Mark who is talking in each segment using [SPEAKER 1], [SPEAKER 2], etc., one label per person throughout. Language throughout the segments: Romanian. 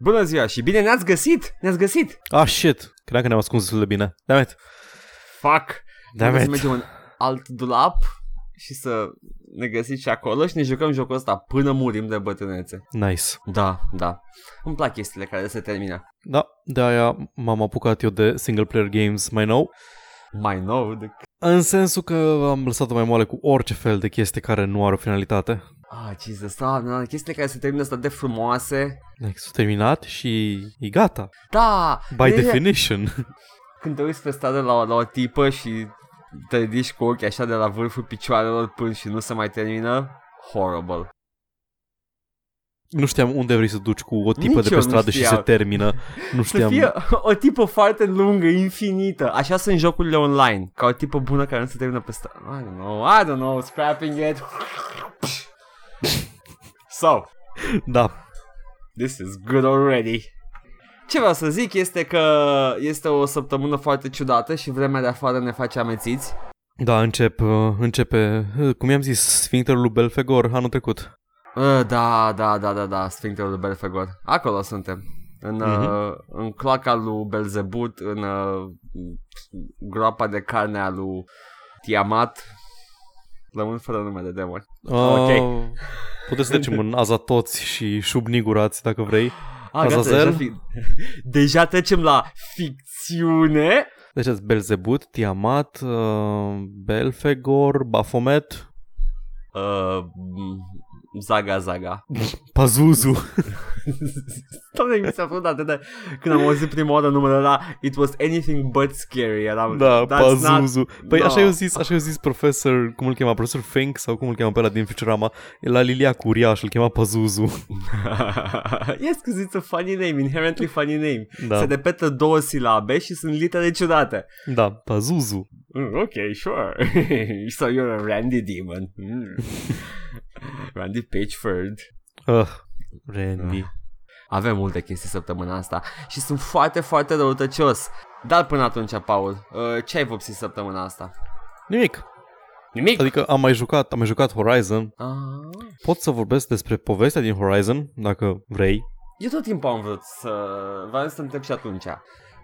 [SPEAKER 1] Bună ziua și bine ne-ați găsit! Ne-ați găsit!
[SPEAKER 2] Ah, shit! Credeam că ne-am ascuns destul de bine. Damn it.
[SPEAKER 1] Fuck!
[SPEAKER 2] Damn
[SPEAKER 1] Trebuie să
[SPEAKER 2] it.
[SPEAKER 1] mergem în alt dulap și să ne găsiți și acolo și ne jucăm jocul ăsta până murim de bătrânețe.
[SPEAKER 2] Nice.
[SPEAKER 1] Da, da. Îmi plac chestiile care se termină.
[SPEAKER 2] Da, de-aia m-am apucat eu de single player games mai nou.
[SPEAKER 1] Mai nou decât...
[SPEAKER 2] În sensul că am lăsat-o mai moale cu orice fel de chestie care nu are o finalitate.
[SPEAKER 1] Ah, Jesus, da, da, chestiile care se termină sunt atât de frumoase.
[SPEAKER 2] Like, s-a terminat și e gata.
[SPEAKER 1] Da!
[SPEAKER 2] By
[SPEAKER 1] de-
[SPEAKER 2] definition.
[SPEAKER 1] Când te uiți pe stradă la, o- la o tipă și te ridici cu ochii așa de la vârful picioarelor până și nu se mai termină, horrible.
[SPEAKER 2] nu știam unde vrei să duci cu o
[SPEAKER 1] Nici
[SPEAKER 2] tipă de
[SPEAKER 1] eu
[SPEAKER 2] pe
[SPEAKER 1] nu
[SPEAKER 2] stradă și
[SPEAKER 1] știam.
[SPEAKER 2] se termină. Nu
[SPEAKER 1] Să
[SPEAKER 2] știam.
[SPEAKER 1] fie o tipă foarte lungă, infinită. Așa sunt jocurile online. Ca o tipă bună care nu se termină pe stradă. I don't know, I don't know, scrapping it. So,
[SPEAKER 2] Da.
[SPEAKER 1] this is good already. Ce vreau să zic este că este o săptămână foarte ciudată și vremea de afară ne face amețiți.
[SPEAKER 2] Da, încep, uh, începe, uh, cum i-am zis, Sfinterul lui Belfegor anul trecut.
[SPEAKER 1] Uh, da, da, da, da, da, Sfinterul de Belfegor. Acolo suntem. În,
[SPEAKER 2] Mhm.
[SPEAKER 1] uh, în cloaca lui Belzebut, în uh, groapa de carne a lui Tiamat. Rămân fără nume de demoni.
[SPEAKER 2] Uh,
[SPEAKER 1] Ok.
[SPEAKER 2] Puteți să trecem în Azatoți și Șubnigurați dacă vrei.
[SPEAKER 1] Ah, gata,
[SPEAKER 2] Azazel?
[SPEAKER 1] deja, fi... deja trecem la ficțiune.
[SPEAKER 2] Deci ați Belzebut, Tiamat, uh, Belfegor, Bafomet,
[SPEAKER 1] Uh, zaga, zaga.
[SPEAKER 2] Pazuzu.
[SPEAKER 1] Doamne, mi s-a făcut atât de... Când am auzit prima oară numele ăla, it was anything but scary. Eram,
[SPEAKER 2] Da,
[SPEAKER 1] "That's not
[SPEAKER 2] Pazuzu. Păi
[SPEAKER 1] da.
[SPEAKER 2] așa i-a zis, așa i-a zis profesor, cum îl chema, profesor Fink sau cum îl chema pe ăla din Futurama, la Lilia Curiaș, îl chema Pazuzu.
[SPEAKER 1] yes, because it's a funny name, inherently funny name. Da. Se
[SPEAKER 2] Da,
[SPEAKER 1] repetă două silabe și sunt litere ciudate.
[SPEAKER 2] da, Pazuzu.
[SPEAKER 1] Mm, ok, sure. so you're a Randy demon. Mm. Randy Pitchford.
[SPEAKER 2] Uh, Randy.
[SPEAKER 1] Avem multe chestii săptămâna asta și sunt foarte, foarte răutăcios. Dar până atunci, Paul, uh, ce ai vopsit săptămâna asta?
[SPEAKER 2] Nimic.
[SPEAKER 1] Nimic!
[SPEAKER 2] Adică am mai jucat, am mai jucat Horizon.
[SPEAKER 1] Ah,
[SPEAKER 2] Pot să vorbesc despre povestea din Horizon, dacă vrei.
[SPEAKER 1] eu tot timpul am vrut să... Vreau să te întreb și atunci.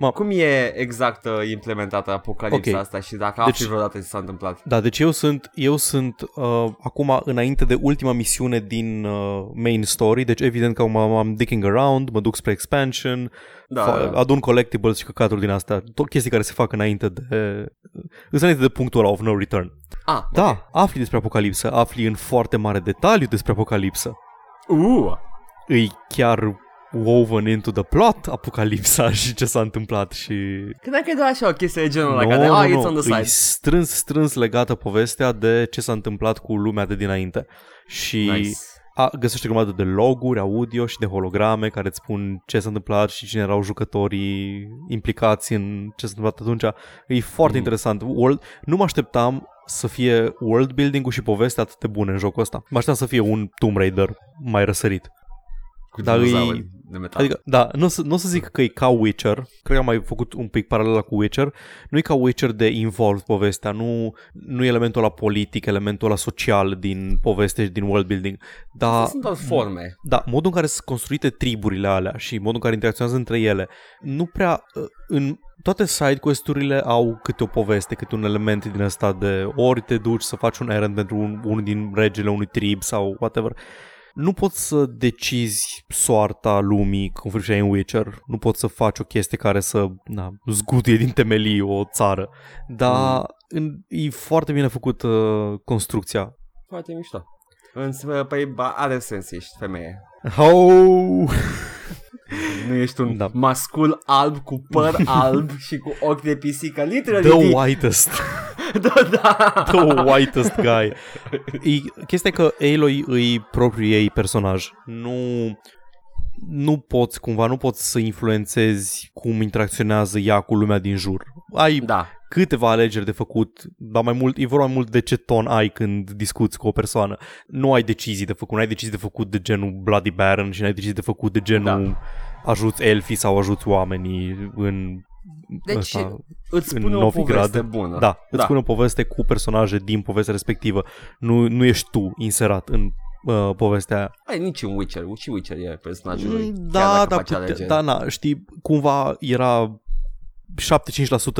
[SPEAKER 2] Ma-
[SPEAKER 1] Cum e exact uh, implementată apocalipsa
[SPEAKER 2] Ok.
[SPEAKER 1] asta și dacă deci...
[SPEAKER 2] Deci-
[SPEAKER 1] afli vreodată ce s-a întâmplat?
[SPEAKER 2] Da, deci eu sunt, eu sunt uh, acum înainte de ultima misiune din uh, main story, deci evident că acum am dicking around, mă duc spre expansion,
[SPEAKER 1] Da,
[SPEAKER 2] fa- adun collectibles și căcaturi din astea, tot chestii care se fac înainte de, îs înainte de punctul ăla of no return.
[SPEAKER 1] Ah,
[SPEAKER 2] Da, afli despre apocalipsă, afli în foarte mare detaliu despre apocalipsă.
[SPEAKER 1] Uh,
[SPEAKER 2] Îi chiar woven into the plot apocalipsa și ce s-a întâmplat și
[SPEAKER 1] credeam că e doar așa o chestie de genul
[SPEAKER 2] nu,
[SPEAKER 1] ăla, no,
[SPEAKER 2] nu,
[SPEAKER 1] de,
[SPEAKER 2] nu,
[SPEAKER 1] ah, it's on the
[SPEAKER 2] E
[SPEAKER 1] side.
[SPEAKER 2] strâns, strâns legată povestea de ce s-a întâmplat cu lumea de dinainte. Și
[SPEAKER 1] Nice.
[SPEAKER 2] a, găsești o grămadă de loguri, audio și de holograme care îți spun ce s-a întâmplat și cine erau jucătorii implicați în ce s-a întâmplat atunci. E foarte
[SPEAKER 1] Mhm.
[SPEAKER 2] interesant. World... Nu mă așteptam să fie world building-ul și povestea atât de bune în jocul ăsta. Mă așteptam să fie un Tomb Raider mai răsărit.
[SPEAKER 1] Cu
[SPEAKER 2] Dar
[SPEAKER 1] dinozauri
[SPEAKER 2] e-
[SPEAKER 1] de metal.
[SPEAKER 2] Adică, da, nu o să, nu o să zic că e ca Witcher, cred că am mai făcut un pic paralela cu Witcher, nu e ca Witcher de involved povestea, nu, nu e elementul ăla politic, elementul ăla social din poveste și din world building,
[SPEAKER 1] Astea
[SPEAKER 2] dar
[SPEAKER 1] sunt doar forme.
[SPEAKER 2] da, modul în care sunt construite triburile alea și modul în care interacționează între ele, nu prea uh, în toate side quest-urile au câte o poveste, câte un element din ăsta de ori te duci să faci un errand pentru un, unul din regele unui trib sau whatever. Nu poți să decizi soarta lumii cum făceai în Witcher, nu poți să faci o chestie care să na, zguduie din temelii o țară, dar în, e foarte bine făcută uh, construcția.
[SPEAKER 1] Foarte mișto. Însă, păi, ba, are sens, ești femeie.
[SPEAKER 2] Oh!
[SPEAKER 1] Nu ești un da.
[SPEAKER 2] Da.
[SPEAKER 1] mascul alb cu păr alb și cu ochi de pisică. Literally.
[SPEAKER 2] The whitest!
[SPEAKER 1] da, da.
[SPEAKER 2] the whitest guy. E, chestia e că Aloy îi propriu ei personaj. Nu nu poți cumva, nu poți să influențezi cum interacționează ea cu lumea din jur. Ai da.
[SPEAKER 1] Da.
[SPEAKER 2] câteva alegeri de făcut, dar mai mult, e vorba mai mult de ce ton ai când discuți cu o persoană. Nu ai decizii de făcut, nu ai decizii de făcut de genul Bloody Baron și nu ai decizii de făcut de genul da. ajuți elfii sau ajuți oamenii în
[SPEAKER 1] Deci,
[SPEAKER 2] ăsta,
[SPEAKER 1] Îți
[SPEAKER 2] În
[SPEAKER 1] spune o
[SPEAKER 2] Novigrad.
[SPEAKER 1] poveste bună.
[SPEAKER 2] da, îți da. spune o poveste cu personaje din povestea respectivă. Nu, nu ești tu inserat în uh, povestea aia.
[SPEAKER 1] Ai, nici în Witcher, și Witcher e personajul
[SPEAKER 2] Mm,
[SPEAKER 1] lui.
[SPEAKER 2] Da,
[SPEAKER 1] chiar dacă
[SPEAKER 2] da,
[SPEAKER 1] face
[SPEAKER 2] pute-
[SPEAKER 1] alegeri.
[SPEAKER 2] da, na, știi, cumva era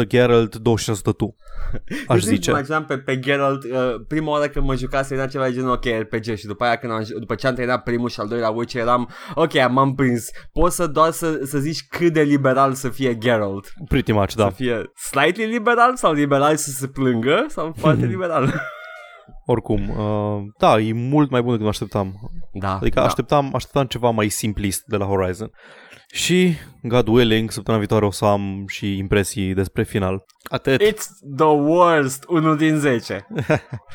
[SPEAKER 2] 75% Geralt, 25% tu. Aș
[SPEAKER 1] Deci nici
[SPEAKER 2] zice.
[SPEAKER 1] Mă imaginam pe, pe Geralt, uh, prima oară când mă jucase era ceva de genul ok RPG și după aia când am, după ce am terminat primul și al doilea Witcher eram ok m-am prins. Poți să doar să, să zici cât de liberal să fie Geralt.
[SPEAKER 2] Pretty much, da.
[SPEAKER 1] Să fie slightly liberal sau liberal să se plângă sau foarte liberal.
[SPEAKER 2] Oricum, uh, da, e mult mai bun decât mă așteptam.
[SPEAKER 1] Da,
[SPEAKER 2] Adică
[SPEAKER 1] da.
[SPEAKER 2] așteptam, așteptam ceva mai simplist de la Horizon. Și, God willing, săptămâna viitoare o să am și impresii despre final. Atât,
[SPEAKER 1] It's the worst, unul din 10.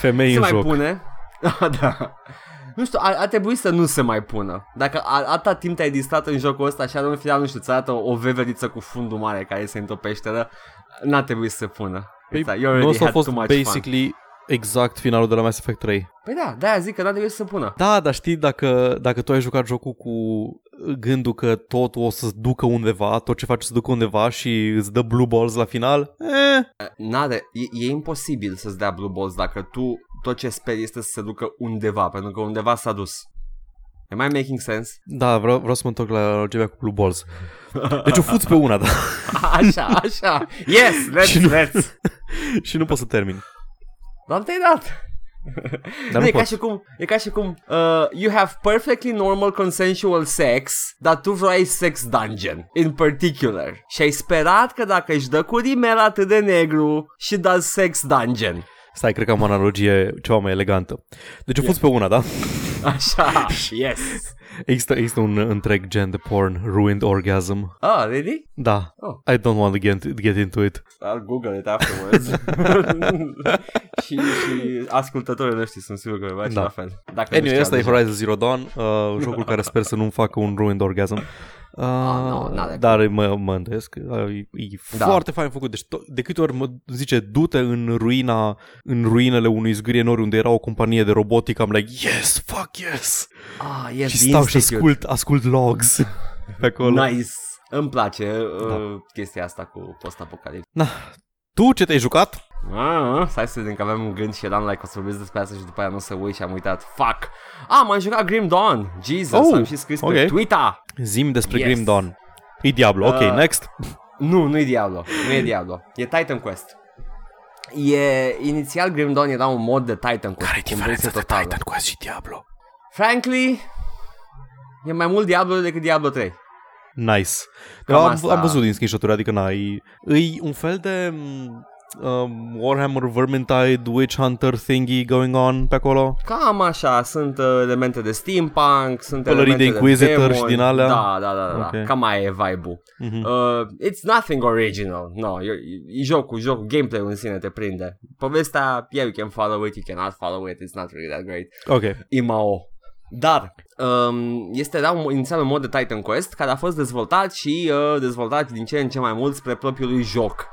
[SPEAKER 2] femei
[SPEAKER 1] se
[SPEAKER 2] în
[SPEAKER 1] mai
[SPEAKER 2] joc.
[SPEAKER 1] pune. da. Nu știu, ar, ar trebui să nu se mai pună. Dacă a, atâta timp te-ai distrat în jocul ăsta și în final, nu știu, ți arată o, o veveriță cu fundul mare care se într-o peșteră, n-a trebuit să se pună. It's like, Exact, you
[SPEAKER 2] Păi,
[SPEAKER 1] already
[SPEAKER 2] nu ăsta a
[SPEAKER 1] had
[SPEAKER 2] fost
[SPEAKER 1] too much fun.
[SPEAKER 2] basically exact finalul de la Mass Effect 3.
[SPEAKER 1] Păi da, de-aia zic că n-a trebuit să se pună.
[SPEAKER 2] Da, dar știi, dacă, dacă tu ai jucat jocul cu gândul că totul o să ducă undeva, tot ce faci o să ducă undeva și îți dă blue balls la final, eh,
[SPEAKER 1] N-are, e, e imposibil să-ți dea blue balls dacă tu tot ce speri este să se ducă undeva, pentru că undeva s-a dus. Am I making sense?
[SPEAKER 2] da, vreau, vreau să mă întorc la analogia cu blue balls. Deci o fuți pe una, da,
[SPEAKER 1] Așa, așa. Yes,
[SPEAKER 2] Și
[SPEAKER 1] let's,
[SPEAKER 2] nu-
[SPEAKER 1] let's.
[SPEAKER 2] și nu pot să termin.
[SPEAKER 1] Dar te-ai dat. nu,
[SPEAKER 2] Dar nu
[SPEAKER 1] e, ca
[SPEAKER 2] pot.
[SPEAKER 1] și cum, e ca și cum uh, You have perfectly normal consensual sex Dar tu vrei sex dungeon In particular Și ai sperat că dacă își dă cu rimel atât de negru Și does sex dungeon
[SPEAKER 2] Stai, cred că am o analogie ceva mai elegantă. Deci o fuți pe una, da?
[SPEAKER 1] Așa, yes
[SPEAKER 2] Există, există un întreg gen de porn, ruined orgasm.
[SPEAKER 1] Oh, really?
[SPEAKER 2] Da,
[SPEAKER 1] Oh.
[SPEAKER 2] I don't want to get, get into it.
[SPEAKER 1] I'll Ah, Google it afterwards și, și ascultătorii noștri sunt sigur că vor face
[SPEAKER 2] Da.
[SPEAKER 1] la fel Dacă nu
[SPEAKER 2] Anyway,
[SPEAKER 1] știau
[SPEAKER 2] asta e
[SPEAKER 1] deja.
[SPEAKER 2] Horizon Zero Dawn, uh, jocul care sper să nu-mi facă un ruined orgasm. Uh,
[SPEAKER 1] Ah, nu, n-are
[SPEAKER 2] dar mă, mă îndoiesc, uh, e, e
[SPEAKER 1] Da.
[SPEAKER 2] foarte fain făcut. Deci to- de câte ori mă zice du-te în ruina, în ruinele unui zgârie nori unde era o companie de robotică, am like, yes, fuck yes!
[SPEAKER 1] ah, yes,
[SPEAKER 2] și
[SPEAKER 1] the
[SPEAKER 2] stau și
[SPEAKER 1] Institute.
[SPEAKER 2] ascult, ascult logs pe acolo.
[SPEAKER 1] Nice Îmi place uh,
[SPEAKER 2] Da.
[SPEAKER 1] chestia asta cu post-apocaliptic
[SPEAKER 2] Na, tu ce te-ai jucat?
[SPEAKER 1] Ah, stai să vedem că aveam un gând și eram like o să vorbesc despre asta și după aia nu se uit și am uitat. Fuck! Ah, m-am jucat Grim Dawn! Jesus,
[SPEAKER 2] Oh,
[SPEAKER 1] am și scris
[SPEAKER 2] ok.
[SPEAKER 1] pe Twitter!
[SPEAKER 2] Zim despre
[SPEAKER 1] Yes.
[SPEAKER 2] Grim Dawn. E Diablo, ok,
[SPEAKER 1] Uh,
[SPEAKER 2] next.
[SPEAKER 1] Nu, nu e Diablo, nu e Diablo. E Titan Quest. E, inițial Grim Dawn era un mod de Titan Quest.
[SPEAKER 2] Care-i
[SPEAKER 1] cu
[SPEAKER 2] diferența
[SPEAKER 1] conversie
[SPEAKER 2] de Titan Quest și Diablo?
[SPEAKER 1] Frankly, e mai mult Diablo decât Diablo 3.
[SPEAKER 2] Nice.
[SPEAKER 1] Cam
[SPEAKER 2] Am,
[SPEAKER 1] asta.
[SPEAKER 2] am văzut din screenshot-uri, adică na, e, e un fel de m, um, Warhammer Vermintide Witch Hunter thingy going on pe acolo.
[SPEAKER 1] Cam așa, sunt uh, elemente de steampunk, sunt
[SPEAKER 2] Pălării de
[SPEAKER 1] elemente
[SPEAKER 2] Inquisitor
[SPEAKER 1] demoni.
[SPEAKER 2] și din alea?
[SPEAKER 1] Da, da, da, da.
[SPEAKER 2] Ok.
[SPEAKER 1] Cam mai e vibe-ul.
[SPEAKER 2] Mm-hmm.
[SPEAKER 1] Uh, it's nothing original. No, e, e jocul, jocul, gameplay-ul în sine te prinde. Povestea, yeah, you can follow it, you cannot follow it, it's not really that great.
[SPEAKER 2] Ok.
[SPEAKER 1] IMAO. Dar um, este era un, inițial un mod de Titan Quest care a fost dezvoltat și uh, dezvoltat din ce în ce mai mult spre propriul lui joc.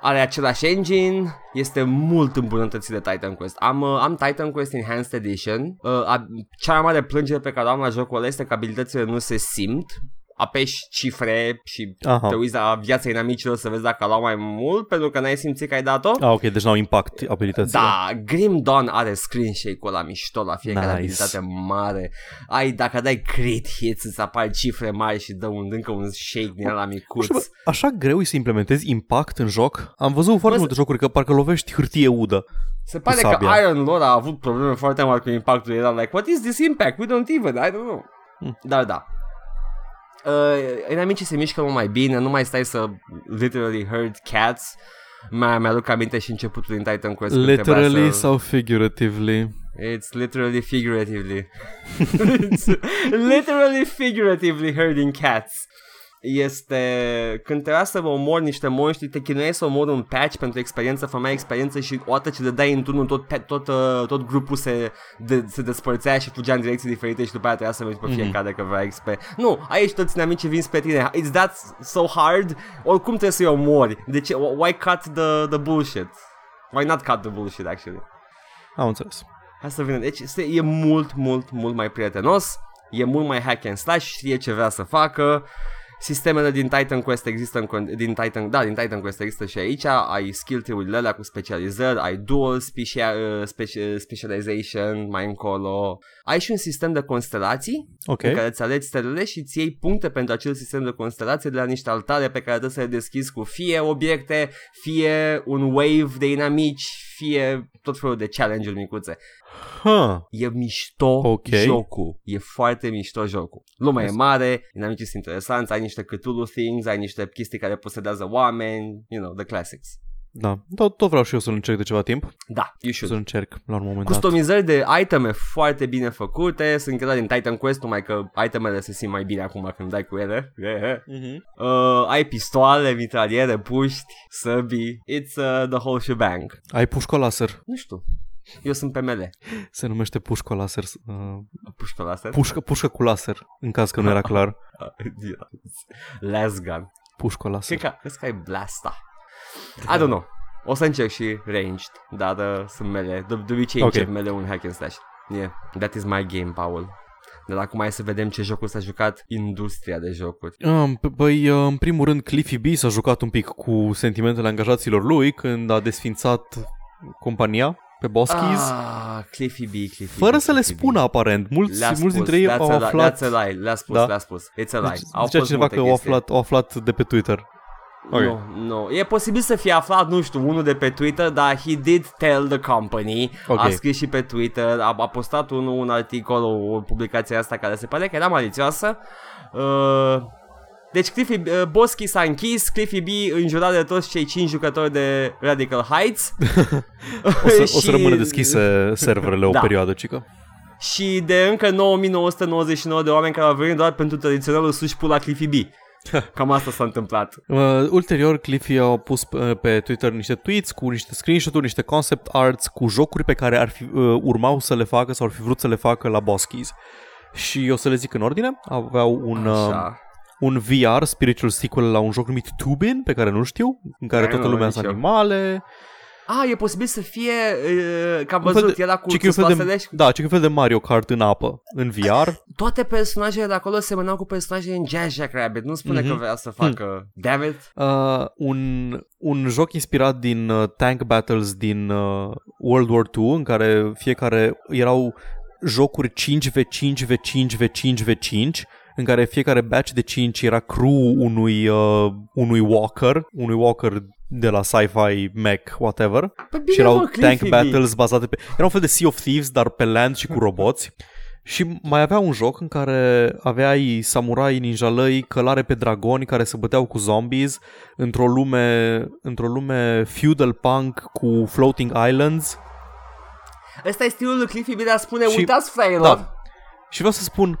[SPEAKER 1] Are același engine, este mult îmbunătățit de Titan Quest. Am, uh, am Titan Quest Enhanced Edition. Uh, a, cea mai mare plângere pe care o am la jocul ăla este că abilitățile nu se simt. Apeși cifre și
[SPEAKER 2] Aha.
[SPEAKER 1] te uiți la viața inamicilor să vezi dacă au mai mult pentru că n-ai simțit că ai dat-o.
[SPEAKER 2] Ah, ok, deci n-au impact abilitățile.
[SPEAKER 1] Da, Grim Dawn are screen shake-ul ăla mișto la fiecare
[SPEAKER 2] Nice.
[SPEAKER 1] nice. abilitate mare. Ai, dacă dai crit hits, îți apar cifre mari și dă un, încă un shake din ăla
[SPEAKER 2] Nu știu,
[SPEAKER 1] micuț.
[SPEAKER 2] bă, așa greu e să implementezi impact în joc? Am văzut foarte
[SPEAKER 1] Bă,
[SPEAKER 2] multe jocuri că parcă lovești hârtie udă.
[SPEAKER 1] Se pare că
[SPEAKER 2] sabia.
[SPEAKER 1] Iron Lord a avut probleme foarte mari cu impactul. Era like, what is this impact? We don't even, I don't know.
[SPEAKER 2] Hmm.
[SPEAKER 1] Dar da. Uh, inamicii se mișcă mult mai bine, nu mai stai să literally herd cats. Mai mi-aduc aminte și începutul din Titan Quest. când trebuia
[SPEAKER 2] Literally
[SPEAKER 1] să...
[SPEAKER 2] sau figuratively?
[SPEAKER 1] It's literally figuratively. It's literally figuratively herding cats. Este când trebuia să vă omori niște monștri, te chinuiai să omori un patch pentru experiență, fămeai experiență și odată ce dai în turnul tot, pe- tot, uh, tot grupul se, de, se despărțea și fugea în direcții diferite și după aia trebuia să mergi pe fiecare că vrea XP. Nu, aici toți dinamicii vin spre tine. It's that so hard? Oricum trebuie să-i omori. De ce? Why cut the, the bullshit? Why not cut the bullshit, actually?
[SPEAKER 2] Am înțeles.
[SPEAKER 1] Hai să vedem. Deci este, e mult, mult, mult mai prietenos, e mult mai hack and slash, știe ce vrea să facă Sistemele din Titan Quest există în, con- din Titan, da, din Titan Quest există și aici, ai skill tree-urile alea cu specializări, ai dual specia- uh, speci- specialization mai încolo, ai și un sistem de constelații
[SPEAKER 2] Ok.
[SPEAKER 1] okay. în care îți alegi stelele și îți iei puncte pentru acel sistem de constelații de la niște altare pe care trebuie să le deschizi cu fie obiecte, fie un wave de inamici, fie tot felul de challenge-uri micuțe.
[SPEAKER 2] Huh.
[SPEAKER 1] E mișto
[SPEAKER 2] Ok.
[SPEAKER 1] okay. jocul. E foarte mișto jocul. Lumea
[SPEAKER 2] Yes.
[SPEAKER 1] e mare, inamicii sunt interesanți, ai niște Cthulhu things, ai niște chestii care posedează oameni, you know, the classics.
[SPEAKER 2] Da, tot, tot vreau și eu să-l încerc de ceva timp.
[SPEAKER 1] Da, you
[SPEAKER 2] Și
[SPEAKER 1] should.
[SPEAKER 2] să-l încerc la un moment dat.
[SPEAKER 1] Customizări de iteme foarte bine făcute, sunt chiar din Titan Quest, numai că itemele se simt mai bine acum când dai cu ele.
[SPEAKER 2] Mm-hmm.
[SPEAKER 1] Uh, ai pistoale, mitraliere, puști, săbii. It's uh, the whole shebang.
[SPEAKER 2] Ai pușcă laser.
[SPEAKER 1] Nu știu. Eu sunt PML.
[SPEAKER 2] Se numește pușcă laser. Uh,
[SPEAKER 1] Pușcă laser.
[SPEAKER 2] pușcă, pușcă cu laser, în caz că nu era clar.
[SPEAKER 1] Last gun.
[SPEAKER 2] Pușcă laser.
[SPEAKER 1] Cred că, cred că ai blasta. I don't know. O să încerc și ranged, dar uh, sunt mele. De, de obicei
[SPEAKER 2] Ok.
[SPEAKER 1] okay. încep mele un hack and slash. Yeah, that is my game, Paul. Dar acum hai să vedem ce jocul s-a jucat industria de jocuri.
[SPEAKER 2] Um, p- Păi, uh, în primul rând, Cliffy B s-a jucat un pic cu sentimentele angajaților lui când a desfințat compania pe Boskies, ah,
[SPEAKER 1] Ah, Cliffy B, Cliffy B,
[SPEAKER 2] fără să le
[SPEAKER 1] Cliffy B.
[SPEAKER 2] spună aparent. Mulți,
[SPEAKER 1] Le-a
[SPEAKER 2] mulți
[SPEAKER 1] spus,
[SPEAKER 2] dintre ei
[SPEAKER 1] that's
[SPEAKER 2] au
[SPEAKER 1] a lie,
[SPEAKER 2] aflat...
[SPEAKER 1] That's a lie, le-a spus,
[SPEAKER 2] Da.
[SPEAKER 1] le-a spus. It's a lie.
[SPEAKER 2] Zice-
[SPEAKER 1] Au
[SPEAKER 2] Zicea
[SPEAKER 1] fost
[SPEAKER 2] cineva
[SPEAKER 1] multe
[SPEAKER 2] că au
[SPEAKER 1] chestii.
[SPEAKER 2] aflat, au aflat de pe Twitter.
[SPEAKER 1] Nu,
[SPEAKER 2] Ok.
[SPEAKER 1] nu. E posibil să fie aflat, nu știu, unul de pe Twitter, dar he did tell the company.
[SPEAKER 2] Ok.
[SPEAKER 1] A scris și pe Twitter, a, a postat un, un articol, o, o publicație asta care se pare că era malițioasă. Uh, deci Cliffy, uh, Boschi s-a închis, Cliffy B înjurat de toți cei cinci jucători de Radical Heights.
[SPEAKER 2] O să, o să rămână deschise serverele o
[SPEAKER 1] Păi Da.
[SPEAKER 2] perioadă, cică.
[SPEAKER 1] și de încă 9999 de oameni care au venit doar pentru tradiționalul suși pula Cliffy B. Cam asta s-a întâmplat.
[SPEAKER 2] Uh, ulterior, Cliffy a pus pe, pe Twitter niște tweets cu niște screenshot-uri, niște concept arts, cu jocuri pe care ar fi, uh, urmau să le facă sau ar fi vrut să le facă la Boss Keys. Și o să le zic în ordine. Aveau un, uh,
[SPEAKER 1] Așa.
[SPEAKER 2] un VR, spiritual sequel la un joc numit Tubin, pe care nu știu, în care
[SPEAKER 1] Ai,
[SPEAKER 2] toată
[SPEAKER 1] nu,
[SPEAKER 2] lumea
[SPEAKER 1] nici
[SPEAKER 2] sunt
[SPEAKER 1] eu.
[SPEAKER 2] animale.
[SPEAKER 1] A, e posibil să fie, uh, că am
[SPEAKER 2] Un fel
[SPEAKER 1] văzut,
[SPEAKER 2] de-
[SPEAKER 1] era cu
[SPEAKER 2] ci că e un fel
[SPEAKER 1] țespoasele
[SPEAKER 2] de,
[SPEAKER 1] și
[SPEAKER 2] da, ce un fel de Mario Kart în apă, în VR.
[SPEAKER 1] toate personajele de acolo semănau cu personajele în Jazz Jack Rabbit. Nu spune
[SPEAKER 2] Mhm.
[SPEAKER 1] că vrea să facă, damn it.
[SPEAKER 2] Uh, un, un joc inspirat din uh, tank battles din uh, World War II, în care fiecare erau jocuri 5v5v5v5v5 în care fiecare batch de 5 era crew unui, uh, unui walker, unui walker de la sci-fi, mech, whatever.
[SPEAKER 1] Păi bine,
[SPEAKER 2] și erau
[SPEAKER 1] mă,
[SPEAKER 2] tank
[SPEAKER 1] Cliffy B.
[SPEAKER 2] battles bazate pe... Era un fel de Sea of Thieves, dar pe land și cu roboți. Și mai avea un joc în care aveai samurai, ninjalăi, călare pe dragoni care se băteau cu zombies într-o lume, într-o lume feudal punk cu floating islands.
[SPEAKER 1] Ăsta e stilul lui Cliffy B de a spune,
[SPEAKER 2] Și-
[SPEAKER 1] uitați fraierilor.
[SPEAKER 2] Da. Și vreau să spun,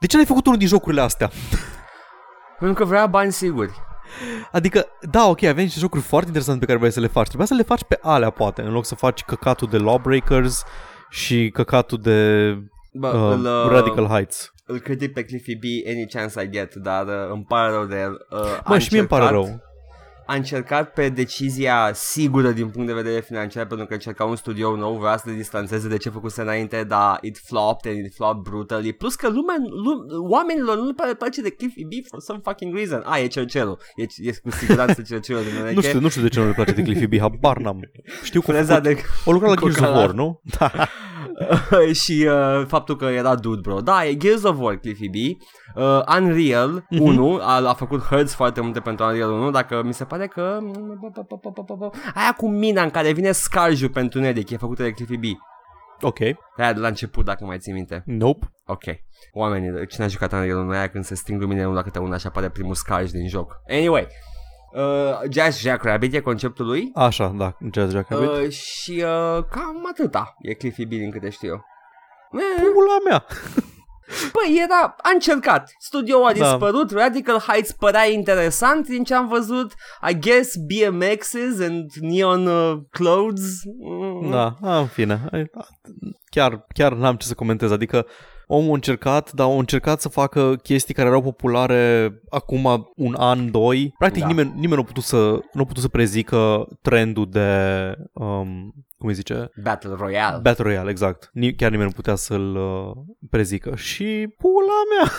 [SPEAKER 2] de ce n-ai făcut unul din jocurile astea?
[SPEAKER 1] Pentru că vrea bani siguri.
[SPEAKER 2] Adică, da, ok, avem niște jocuri foarte interesante pe care vrei să le faci. Trebuia să le faci pe alea, poate, în loc să faci căcatul de Lawbreakers și căcatul de
[SPEAKER 1] Bă,
[SPEAKER 2] uh,
[SPEAKER 1] îl, uh,
[SPEAKER 2] Radical Heights.
[SPEAKER 1] îl critic pe Cliffy B any chance I get, dar uh, îmi pare rău de el. Uh, a
[SPEAKER 2] Mă, și mie îmi pare
[SPEAKER 1] încercat-
[SPEAKER 2] rău.
[SPEAKER 1] a încercat pe decizia sigură din punct de vedere financiar pentru că încerca un studio nou, vrea să le distanțeze de ce făcuse înainte, dar it flopped and it flopped brutally. Plus că lumea, lum- oamenilor nu le pare place de Cliffy B for some fucking reason. A, e cercelul. E, e cu siguranță cercelul din
[SPEAKER 2] Nu știu, nu știu de ce nu le place de Cliffy B, habar n-am. Știu că
[SPEAKER 1] Freza de
[SPEAKER 2] o lucrat la
[SPEAKER 1] cu
[SPEAKER 2] Gears of
[SPEAKER 1] calar.
[SPEAKER 2] War, nu? Da.
[SPEAKER 1] și uh, faptul că era dude, bro. Da, e Gears of War, Cliffy B. Uh, Unreal 1 a, a făcut hertz foarte multe pentru Unreal 1, dacă mi se pare că... Aia cu mina în care vine scarjul pentru Nedic e făcută de Cliffy B.
[SPEAKER 2] Ok,
[SPEAKER 1] Aia de la început, dacă mai ții minte.
[SPEAKER 2] nope.
[SPEAKER 1] Ok. Oamenii, cine a jucat Unreal 1 aia când se sting lumina una câte una și apare primul scarj din joc. Anyway. Uh, Jazz Jackrabbit e conceptul lui.
[SPEAKER 2] Așa, da, Jazz Jack Rabbit.
[SPEAKER 1] Uh, și uh, cam atâta e Cliffy B din câte știu eu. Eh.
[SPEAKER 2] Pula mea!
[SPEAKER 1] Păi era, a încercat, studioul a
[SPEAKER 2] Da.
[SPEAKER 1] dispărut, Radical Heights părea interesant din ce am văzut, I guess BMXs and neon uh, clothes. Mm.
[SPEAKER 2] Da, a, în fine. Ai- Chiar, chiar n-am ce să comentez, adică Omul a încercat, dar a încercat să facă chestii care erau populare acum un an, doi. Practic
[SPEAKER 1] Da.
[SPEAKER 2] da. nimeni, nimeni nu a putut să, nu a putut să prezică trendul de, um, cum îi zice,
[SPEAKER 1] Battle Royale.
[SPEAKER 2] Battle Royale, exact. Ni- Chiar nimeni nu putea să-l uh, prezică. Și pula mea!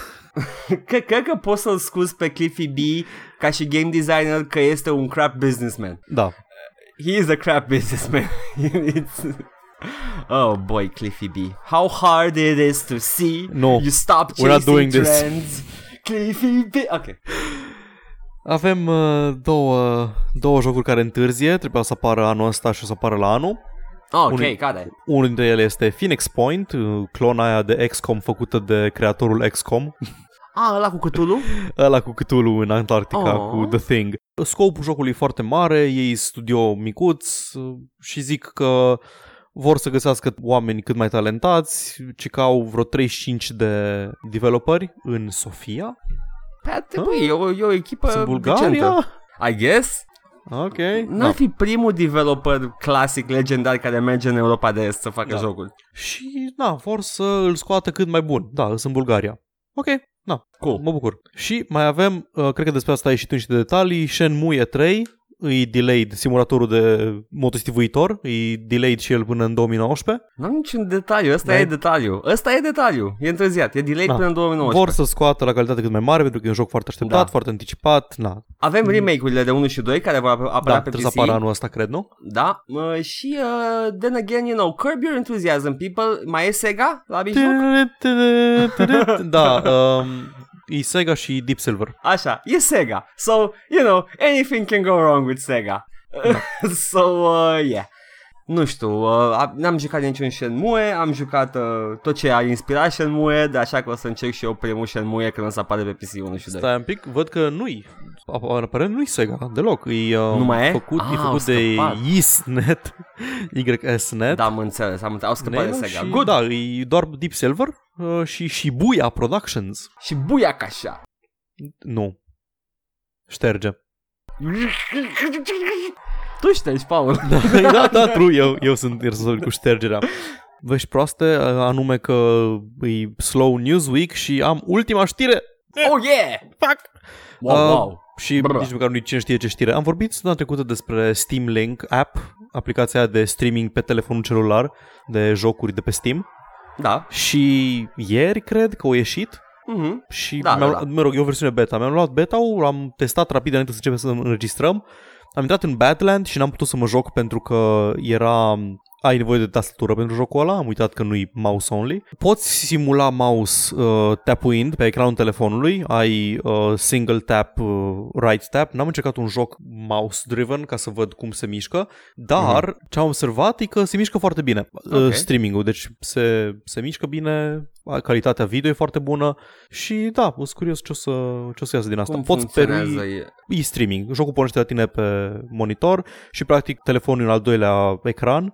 [SPEAKER 1] Cred cred că poți să-l scuzi pe Cliffy B ca și game designer că este un crap businessman.
[SPEAKER 2] Da.
[SPEAKER 1] He is a crap businessman. It's... Oh boy, Cliffy B. How hard it is to see.
[SPEAKER 2] No,
[SPEAKER 1] You stop chasing
[SPEAKER 2] we're not doing this.
[SPEAKER 1] trends. Cliffy B. Okay.
[SPEAKER 2] Avem uh, două, două jocuri care întârzie, trebuia să apară anul ăsta și o să apară la anul.
[SPEAKER 1] Ok,
[SPEAKER 2] Unui-
[SPEAKER 1] care?
[SPEAKER 2] Unul dintre ele este Phoenix Point, uh, clona aia de XCOM făcută de creatorul XCOM,
[SPEAKER 1] Ah, ăla cu Cthulhu?
[SPEAKER 2] ăla cu Cthulhu în
[SPEAKER 1] Oh.
[SPEAKER 2] Antarctica, oh. cu The Thing. Scopul jocului e foarte mare, ei studio micuț uh, și zic că vor să găsească oameni cât mai talentați, ci că au vreo 35 de developeri în Sofia,
[SPEAKER 1] Păi, ar
[SPEAKER 2] Ah.
[SPEAKER 1] trebui, e o, e o echipă
[SPEAKER 2] în
[SPEAKER 1] decentă.
[SPEAKER 2] Bulgaria.
[SPEAKER 1] I guess?
[SPEAKER 2] da? Ok.
[SPEAKER 1] N-ar fi primul developer clasic, legendar, care merge în Europa de Est să facă
[SPEAKER 2] Da.
[SPEAKER 1] jocul.
[SPEAKER 2] Și, na, vor să îl scoată cât mai bun. Da, sunt în Bulgaria. Ok, na,
[SPEAKER 1] Cool.
[SPEAKER 2] mă bucur. Și mai avem, uh, cred că despre asta ai ieșit în niște detalii, Shenmue 3, e delayed, simulatorul de motostivuitor, e delayed și el până în 2019.
[SPEAKER 1] N-am niciun detaliu, ăsta
[SPEAKER 2] Da.
[SPEAKER 1] e detaliu. Ăsta e detaliu. E întârziat, e delay
[SPEAKER 2] Da.
[SPEAKER 1] până în
[SPEAKER 2] Vor
[SPEAKER 1] 2019.
[SPEAKER 2] să scoată la calitate cât mai mare, pentru că e un joc foarte așteptat,
[SPEAKER 1] Da.
[SPEAKER 2] da. foarte anticipat, na.
[SPEAKER 1] Avem remake-urile de 1 și 2 care vor ap- apărea
[SPEAKER 2] Da,
[SPEAKER 1] pe
[SPEAKER 2] trebuie
[SPEAKER 1] PC.
[SPEAKER 2] să apară anul ăsta, cred, nu?
[SPEAKER 1] Da, mă, și uh, then again, you know, Curb Your Enthusiasm, people, mai e Sega la mijloc?
[SPEAKER 2] Da, um, e Sega și Deep Silver.
[SPEAKER 1] Așa, e Sega. So, you know, anything can go wrong with Sega. so, uh, yeah. Nu știu, uh, am- n-am jucat niciun Shenmue, am jucat uh, tot ce a inspirat Shenmue, dar așa că o să încerc și eu primul Shenmue când o să apare pe PC 1 și 2.
[SPEAKER 2] Stai un pic, văd că nu-i. ap- Aparent nu-i Sega deloc. E, uh,
[SPEAKER 1] Nu mai e?
[SPEAKER 2] Făcut,
[SPEAKER 1] Ah,
[SPEAKER 2] e
[SPEAKER 1] au
[SPEAKER 2] făcut de
[SPEAKER 1] scăpat.
[SPEAKER 2] YSNet. YSNet.
[SPEAKER 1] Da, am înțeles, am înțeles, au scăpat de
[SPEAKER 2] Name-ul
[SPEAKER 1] Sega.
[SPEAKER 2] și,
[SPEAKER 1] Good.
[SPEAKER 2] Da, e doar Deep Silver uh, și Shibuya Productions.
[SPEAKER 1] Și buiac așa.
[SPEAKER 2] Nu. Șterge.
[SPEAKER 1] Tu ștergi, Paul.
[SPEAKER 2] Da, da, da true, eu, eu sunt irresponsabil cu ștergerea. Vești proaste, uh, anume că e Slow News Week și am ultima știre.
[SPEAKER 1] Oh, yeah!
[SPEAKER 2] Pac!
[SPEAKER 1] Wow,
[SPEAKER 2] Uh,
[SPEAKER 1] wow.
[SPEAKER 2] Și
[SPEAKER 1] Brr.
[SPEAKER 2] nici măcar nu cine știe ce știre. Am vorbit săptămâna trecută despre Steam Link app, aplicația aia de streaming pe telefonul celular de jocuri de pe Steam.
[SPEAKER 1] Da.
[SPEAKER 2] Și ieri cred că au ieșit
[SPEAKER 1] Mhm.
[SPEAKER 2] și
[SPEAKER 1] Da,
[SPEAKER 2] da,
[SPEAKER 1] da,
[SPEAKER 2] mi-am,
[SPEAKER 1] da.
[SPEAKER 2] da. mă rog, e o versiune beta. Mi-am luat beta-ul, am testat rapid înainte să începem să înregistrăm. Am intrat în Badland și n-am putut să mă joc pentru că era ai nevoie de tastatură pentru jocul ăla, am uitat că nu-i mouse only. Poți simula mouse uh, tapuind pe ecranul telefonului, ai uh, single tap, uh, right tap. N-am încercat un joc mouse driven ca să văd cum se mișcă, dar ce am observat e că se mișcă foarte bine
[SPEAKER 1] Mhm. Ok.
[SPEAKER 2] uh, streaming-ul, deci se, se mișcă bine, calitatea video e foarte bună și da, sunt curios ce o să, ce o să iasă din asta.
[SPEAKER 1] Cum
[SPEAKER 2] Poți
[SPEAKER 1] funcționează
[SPEAKER 2] perui
[SPEAKER 1] e-
[SPEAKER 2] e-streaming. Jocul pornește la tine pe monitor și practic telefonul e un al doilea ecran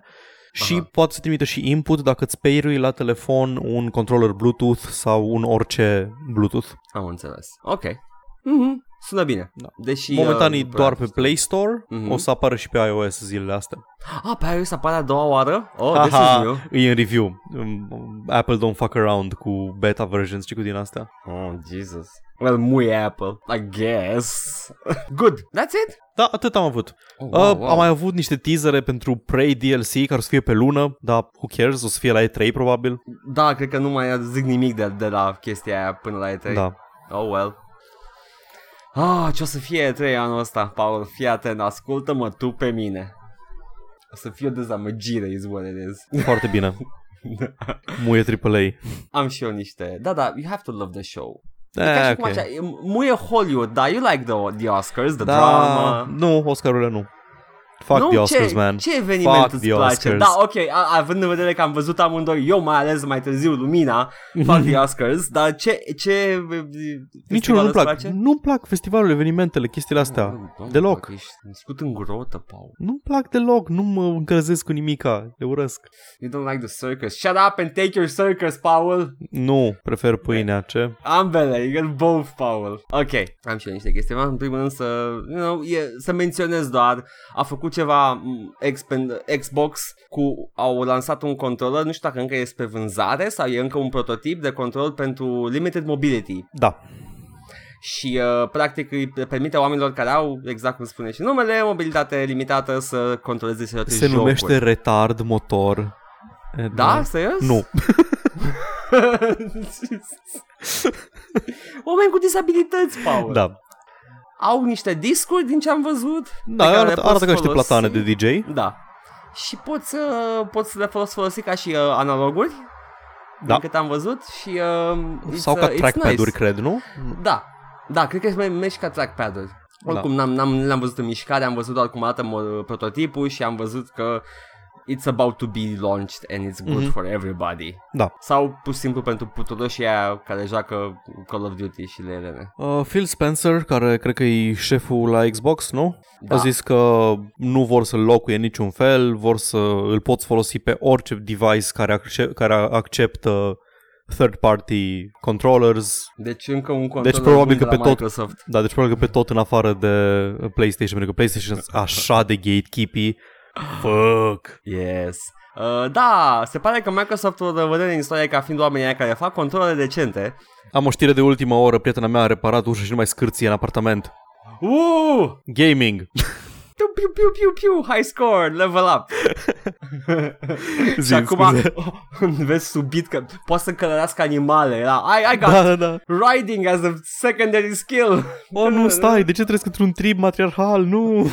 [SPEAKER 2] și
[SPEAKER 1] Aha.
[SPEAKER 2] poate să trimite și input dacă îți perui la telefon un controller Bluetooth sau un orice Bluetooth.
[SPEAKER 1] Am înțeles. Ok. Mhm. Sună bine.
[SPEAKER 2] Da.
[SPEAKER 1] Deși...
[SPEAKER 2] Momentan
[SPEAKER 1] uh,
[SPEAKER 2] e
[SPEAKER 1] nu prea-
[SPEAKER 2] doar pe Play Store,
[SPEAKER 1] Mhm.
[SPEAKER 2] o să apară și pe iOS zilele astea.
[SPEAKER 1] Ah, pe iOS apare a doua oară? Oh, this is new.
[SPEAKER 2] e în review. Um, Apple don't fuck around cu beta versions și cu din astea.
[SPEAKER 1] Oh, Jesus. Well, muy Apple, I guess. Good. That's it?
[SPEAKER 2] Da, atât am avut.
[SPEAKER 1] Oh,
[SPEAKER 2] Wow, wow. Uh, Am Ă, mai avut niște teasere pentru Prey DLC care o să fie pe lună, dar who cares, o să fie la E3 probabil.
[SPEAKER 1] Da, cred că nu mai zic nimic de, de la chestia aia până la E3.
[SPEAKER 2] Da.
[SPEAKER 1] Oh, well. Ah, ce o să fie E3 anul ăsta, Paul? Fii atent, ascultă-mă tu pe mine. O să fie o dezamăgire, is what it is.
[SPEAKER 2] Foarte bine. Muie AAA.
[SPEAKER 1] Am și eu niște... Da, da, you have to love the show. E ca
[SPEAKER 2] Da,
[SPEAKER 1] și cum așa, e- muie Hollywood, da, you like the, the Oscars, the
[SPEAKER 2] da,
[SPEAKER 1] drama.
[SPEAKER 2] nu, Oscarurile nu. Fuck
[SPEAKER 1] nu,
[SPEAKER 2] the Oscars,
[SPEAKER 1] ce,
[SPEAKER 2] man.
[SPEAKER 1] Ce eveniment
[SPEAKER 2] Fuck
[SPEAKER 1] îți
[SPEAKER 2] the
[SPEAKER 1] place?
[SPEAKER 2] Oscars.
[SPEAKER 1] Da, ok, a, având în vedere că am văzut amândoi, eu mai ales mai târziu Lumina,
[SPEAKER 2] Mhm.
[SPEAKER 1] fuck the Oscars, dar ce, ce festival
[SPEAKER 2] Niciunul nu
[SPEAKER 1] îți
[SPEAKER 2] plac.
[SPEAKER 1] place? Mm.
[SPEAKER 2] Nu-mi plac festivalul, evenimentele, chestiile astea.
[SPEAKER 1] Nu, nu,
[SPEAKER 2] Deloc.
[SPEAKER 1] că Ești născut în grotă, Paul.
[SPEAKER 2] Nu-mi plac deloc, nu mă încălzesc cu nimica, le urăsc.
[SPEAKER 1] You don't like the circus. Shut up and take your circus, Paul.
[SPEAKER 2] Nu, prefer pâinea, ce?
[SPEAKER 1] Ambele, you got both, Paul. Ok, am și eu niște chestii. În primul rând să, you know, e, să menționez doar, a făcut făcut ceva m, Expen- Xbox cu au lansat un controller, nu știu dacă încă este pe vânzare sau e încă un prototip de control pentru limited mobility
[SPEAKER 2] Da.
[SPEAKER 1] și uh, practic îi permite oamenilor care au, exact cum spune și numele, mobilitate limitată să controleze
[SPEAKER 2] Se
[SPEAKER 1] certe jocuri.
[SPEAKER 2] numește retard motor. Eh,
[SPEAKER 1] Da? Serios?
[SPEAKER 2] Nu.
[SPEAKER 1] Oameni cu disabilități, Paul.
[SPEAKER 2] Da.
[SPEAKER 1] Au niște discuri din ce am văzut.
[SPEAKER 2] Da,
[SPEAKER 1] care le
[SPEAKER 2] arată,
[SPEAKER 1] poți
[SPEAKER 2] arată ca niște
[SPEAKER 1] folosi.
[SPEAKER 2] platane de DJ.
[SPEAKER 1] Da. Și poți, uh, poți să le folos- folosi ca și uh, analoguri,
[SPEAKER 2] Da.
[SPEAKER 1] din cât am văzut, și uh, it's,
[SPEAKER 2] Sau ca
[SPEAKER 1] uh, it's
[SPEAKER 2] trackpad-uri,
[SPEAKER 1] nice.
[SPEAKER 2] cred, nu?
[SPEAKER 1] Da, da, cred că ești mai mergi ca trackpad-uri.
[SPEAKER 2] Da.
[SPEAKER 1] Oricum n-am, n-am, n-am văzut în mișcare, am văzut doar cum arată mo- prototipul și am văzut că it's about to be launched and it's good
[SPEAKER 2] Mhm.
[SPEAKER 1] for everybody.
[SPEAKER 2] Da.
[SPEAKER 1] Sau pur și simplu pentru puturoșii aia care joacă Call of Duty și le elene.
[SPEAKER 2] Uh, Phil Spencer, care cred că e șeful la Xbox, nu?
[SPEAKER 1] Da.
[SPEAKER 2] A zis că nu vor să-l locuie în niciun fel, vor să îl poți folosi pe orice device care, acce- care acceptă third-party controllers.
[SPEAKER 1] Deci încă un control
[SPEAKER 2] Deci probabil că
[SPEAKER 1] de la
[SPEAKER 2] pe tot-
[SPEAKER 1] Microsoft.
[SPEAKER 2] Da, deci probabil că pe tot în afară de PlayStation, pentru că PlayStation sunt așa de gatekeepy. Fuck.
[SPEAKER 1] Yes. Uh, da, se pare că Microsoft o vede în istorie ca fiind oamenii aia care fac controle decente.
[SPEAKER 2] Am o știre de ultima oră, prietena mea a reparat ușa și nu mai scârție în apartament.
[SPEAKER 1] Uh!
[SPEAKER 2] Gaming.
[SPEAKER 1] Piu, piu, piu, piu, piu, high score, level up.
[SPEAKER 2] Zi,
[SPEAKER 1] și acum
[SPEAKER 2] scuze.
[SPEAKER 1] vezi subit că poate să călărească animale. Era, I, I got
[SPEAKER 2] Da, da, da.
[SPEAKER 1] riding as a secondary skill.
[SPEAKER 2] O, nu, stai, de ce trăiesc într-un trib matriarhal? Nu!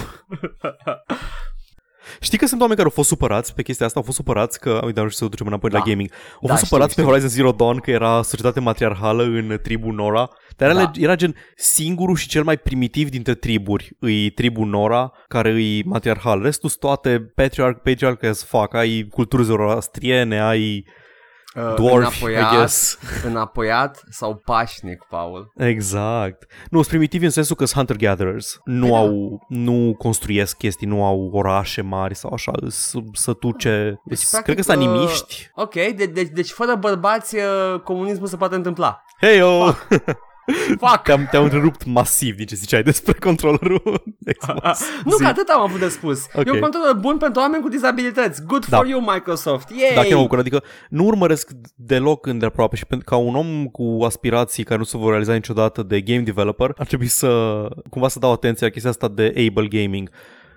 [SPEAKER 2] Știi că sunt oameni care au fost supărați pe chestia asta, au fost supărați că, uite, am reușit să ducem înapoi
[SPEAKER 1] Da.
[SPEAKER 2] la gaming, au
[SPEAKER 1] Da,
[SPEAKER 2] fost
[SPEAKER 1] știu,
[SPEAKER 2] supărați
[SPEAKER 1] știu.
[SPEAKER 2] pe Horizon Zero Dawn că era societate matriarhală în tribul Nora, dar
[SPEAKER 1] Da.
[SPEAKER 2] da. era gen singurul și cel mai primitiv dintre triburi, îi tribul Nora, care îi matriarhal, restul sunt toate patriarch, patriarch as fuck, ai culturi zoroastriene, ai
[SPEAKER 1] Uh,
[SPEAKER 2] dwarf, I
[SPEAKER 1] înapoiat,
[SPEAKER 2] guess.
[SPEAKER 1] înapoiat sau pașnic, Paul.
[SPEAKER 2] Exact. Nu, sunt primitivi în sensul că sunt hunter-gatherers. Nu
[SPEAKER 1] Da.
[SPEAKER 2] au, nu construiesc chestii, nu au orașe mari sau așa, sunt sătuce.
[SPEAKER 1] Deci,
[SPEAKER 2] Sunt-
[SPEAKER 1] practic,
[SPEAKER 2] cred că sunt
[SPEAKER 1] uh,
[SPEAKER 2] animiști.
[SPEAKER 1] Ok, de- de- deci fără bărbați uh, comunismul se poate întâmpla.
[SPEAKER 2] Hei, oh!
[SPEAKER 1] Fuck!
[SPEAKER 2] Te-am, te-am întrerupt masiv din ce ziceai despre controllerul Xbox.
[SPEAKER 1] Nu
[SPEAKER 2] Zi.
[SPEAKER 1] că atât am avut de spus.
[SPEAKER 2] Ok.
[SPEAKER 1] E un control bun pentru oameni cu dizabilități. Good
[SPEAKER 2] Da.
[SPEAKER 1] for you, Microsoft. Yay!
[SPEAKER 2] Da, chiar mă bucur. Adică nu urmăresc deloc îndeaproape și pentru ca un om cu aspirații care nu se vor realiza niciodată de game developer, ar trebui să cumva să dau atenție la chestia asta de able gaming.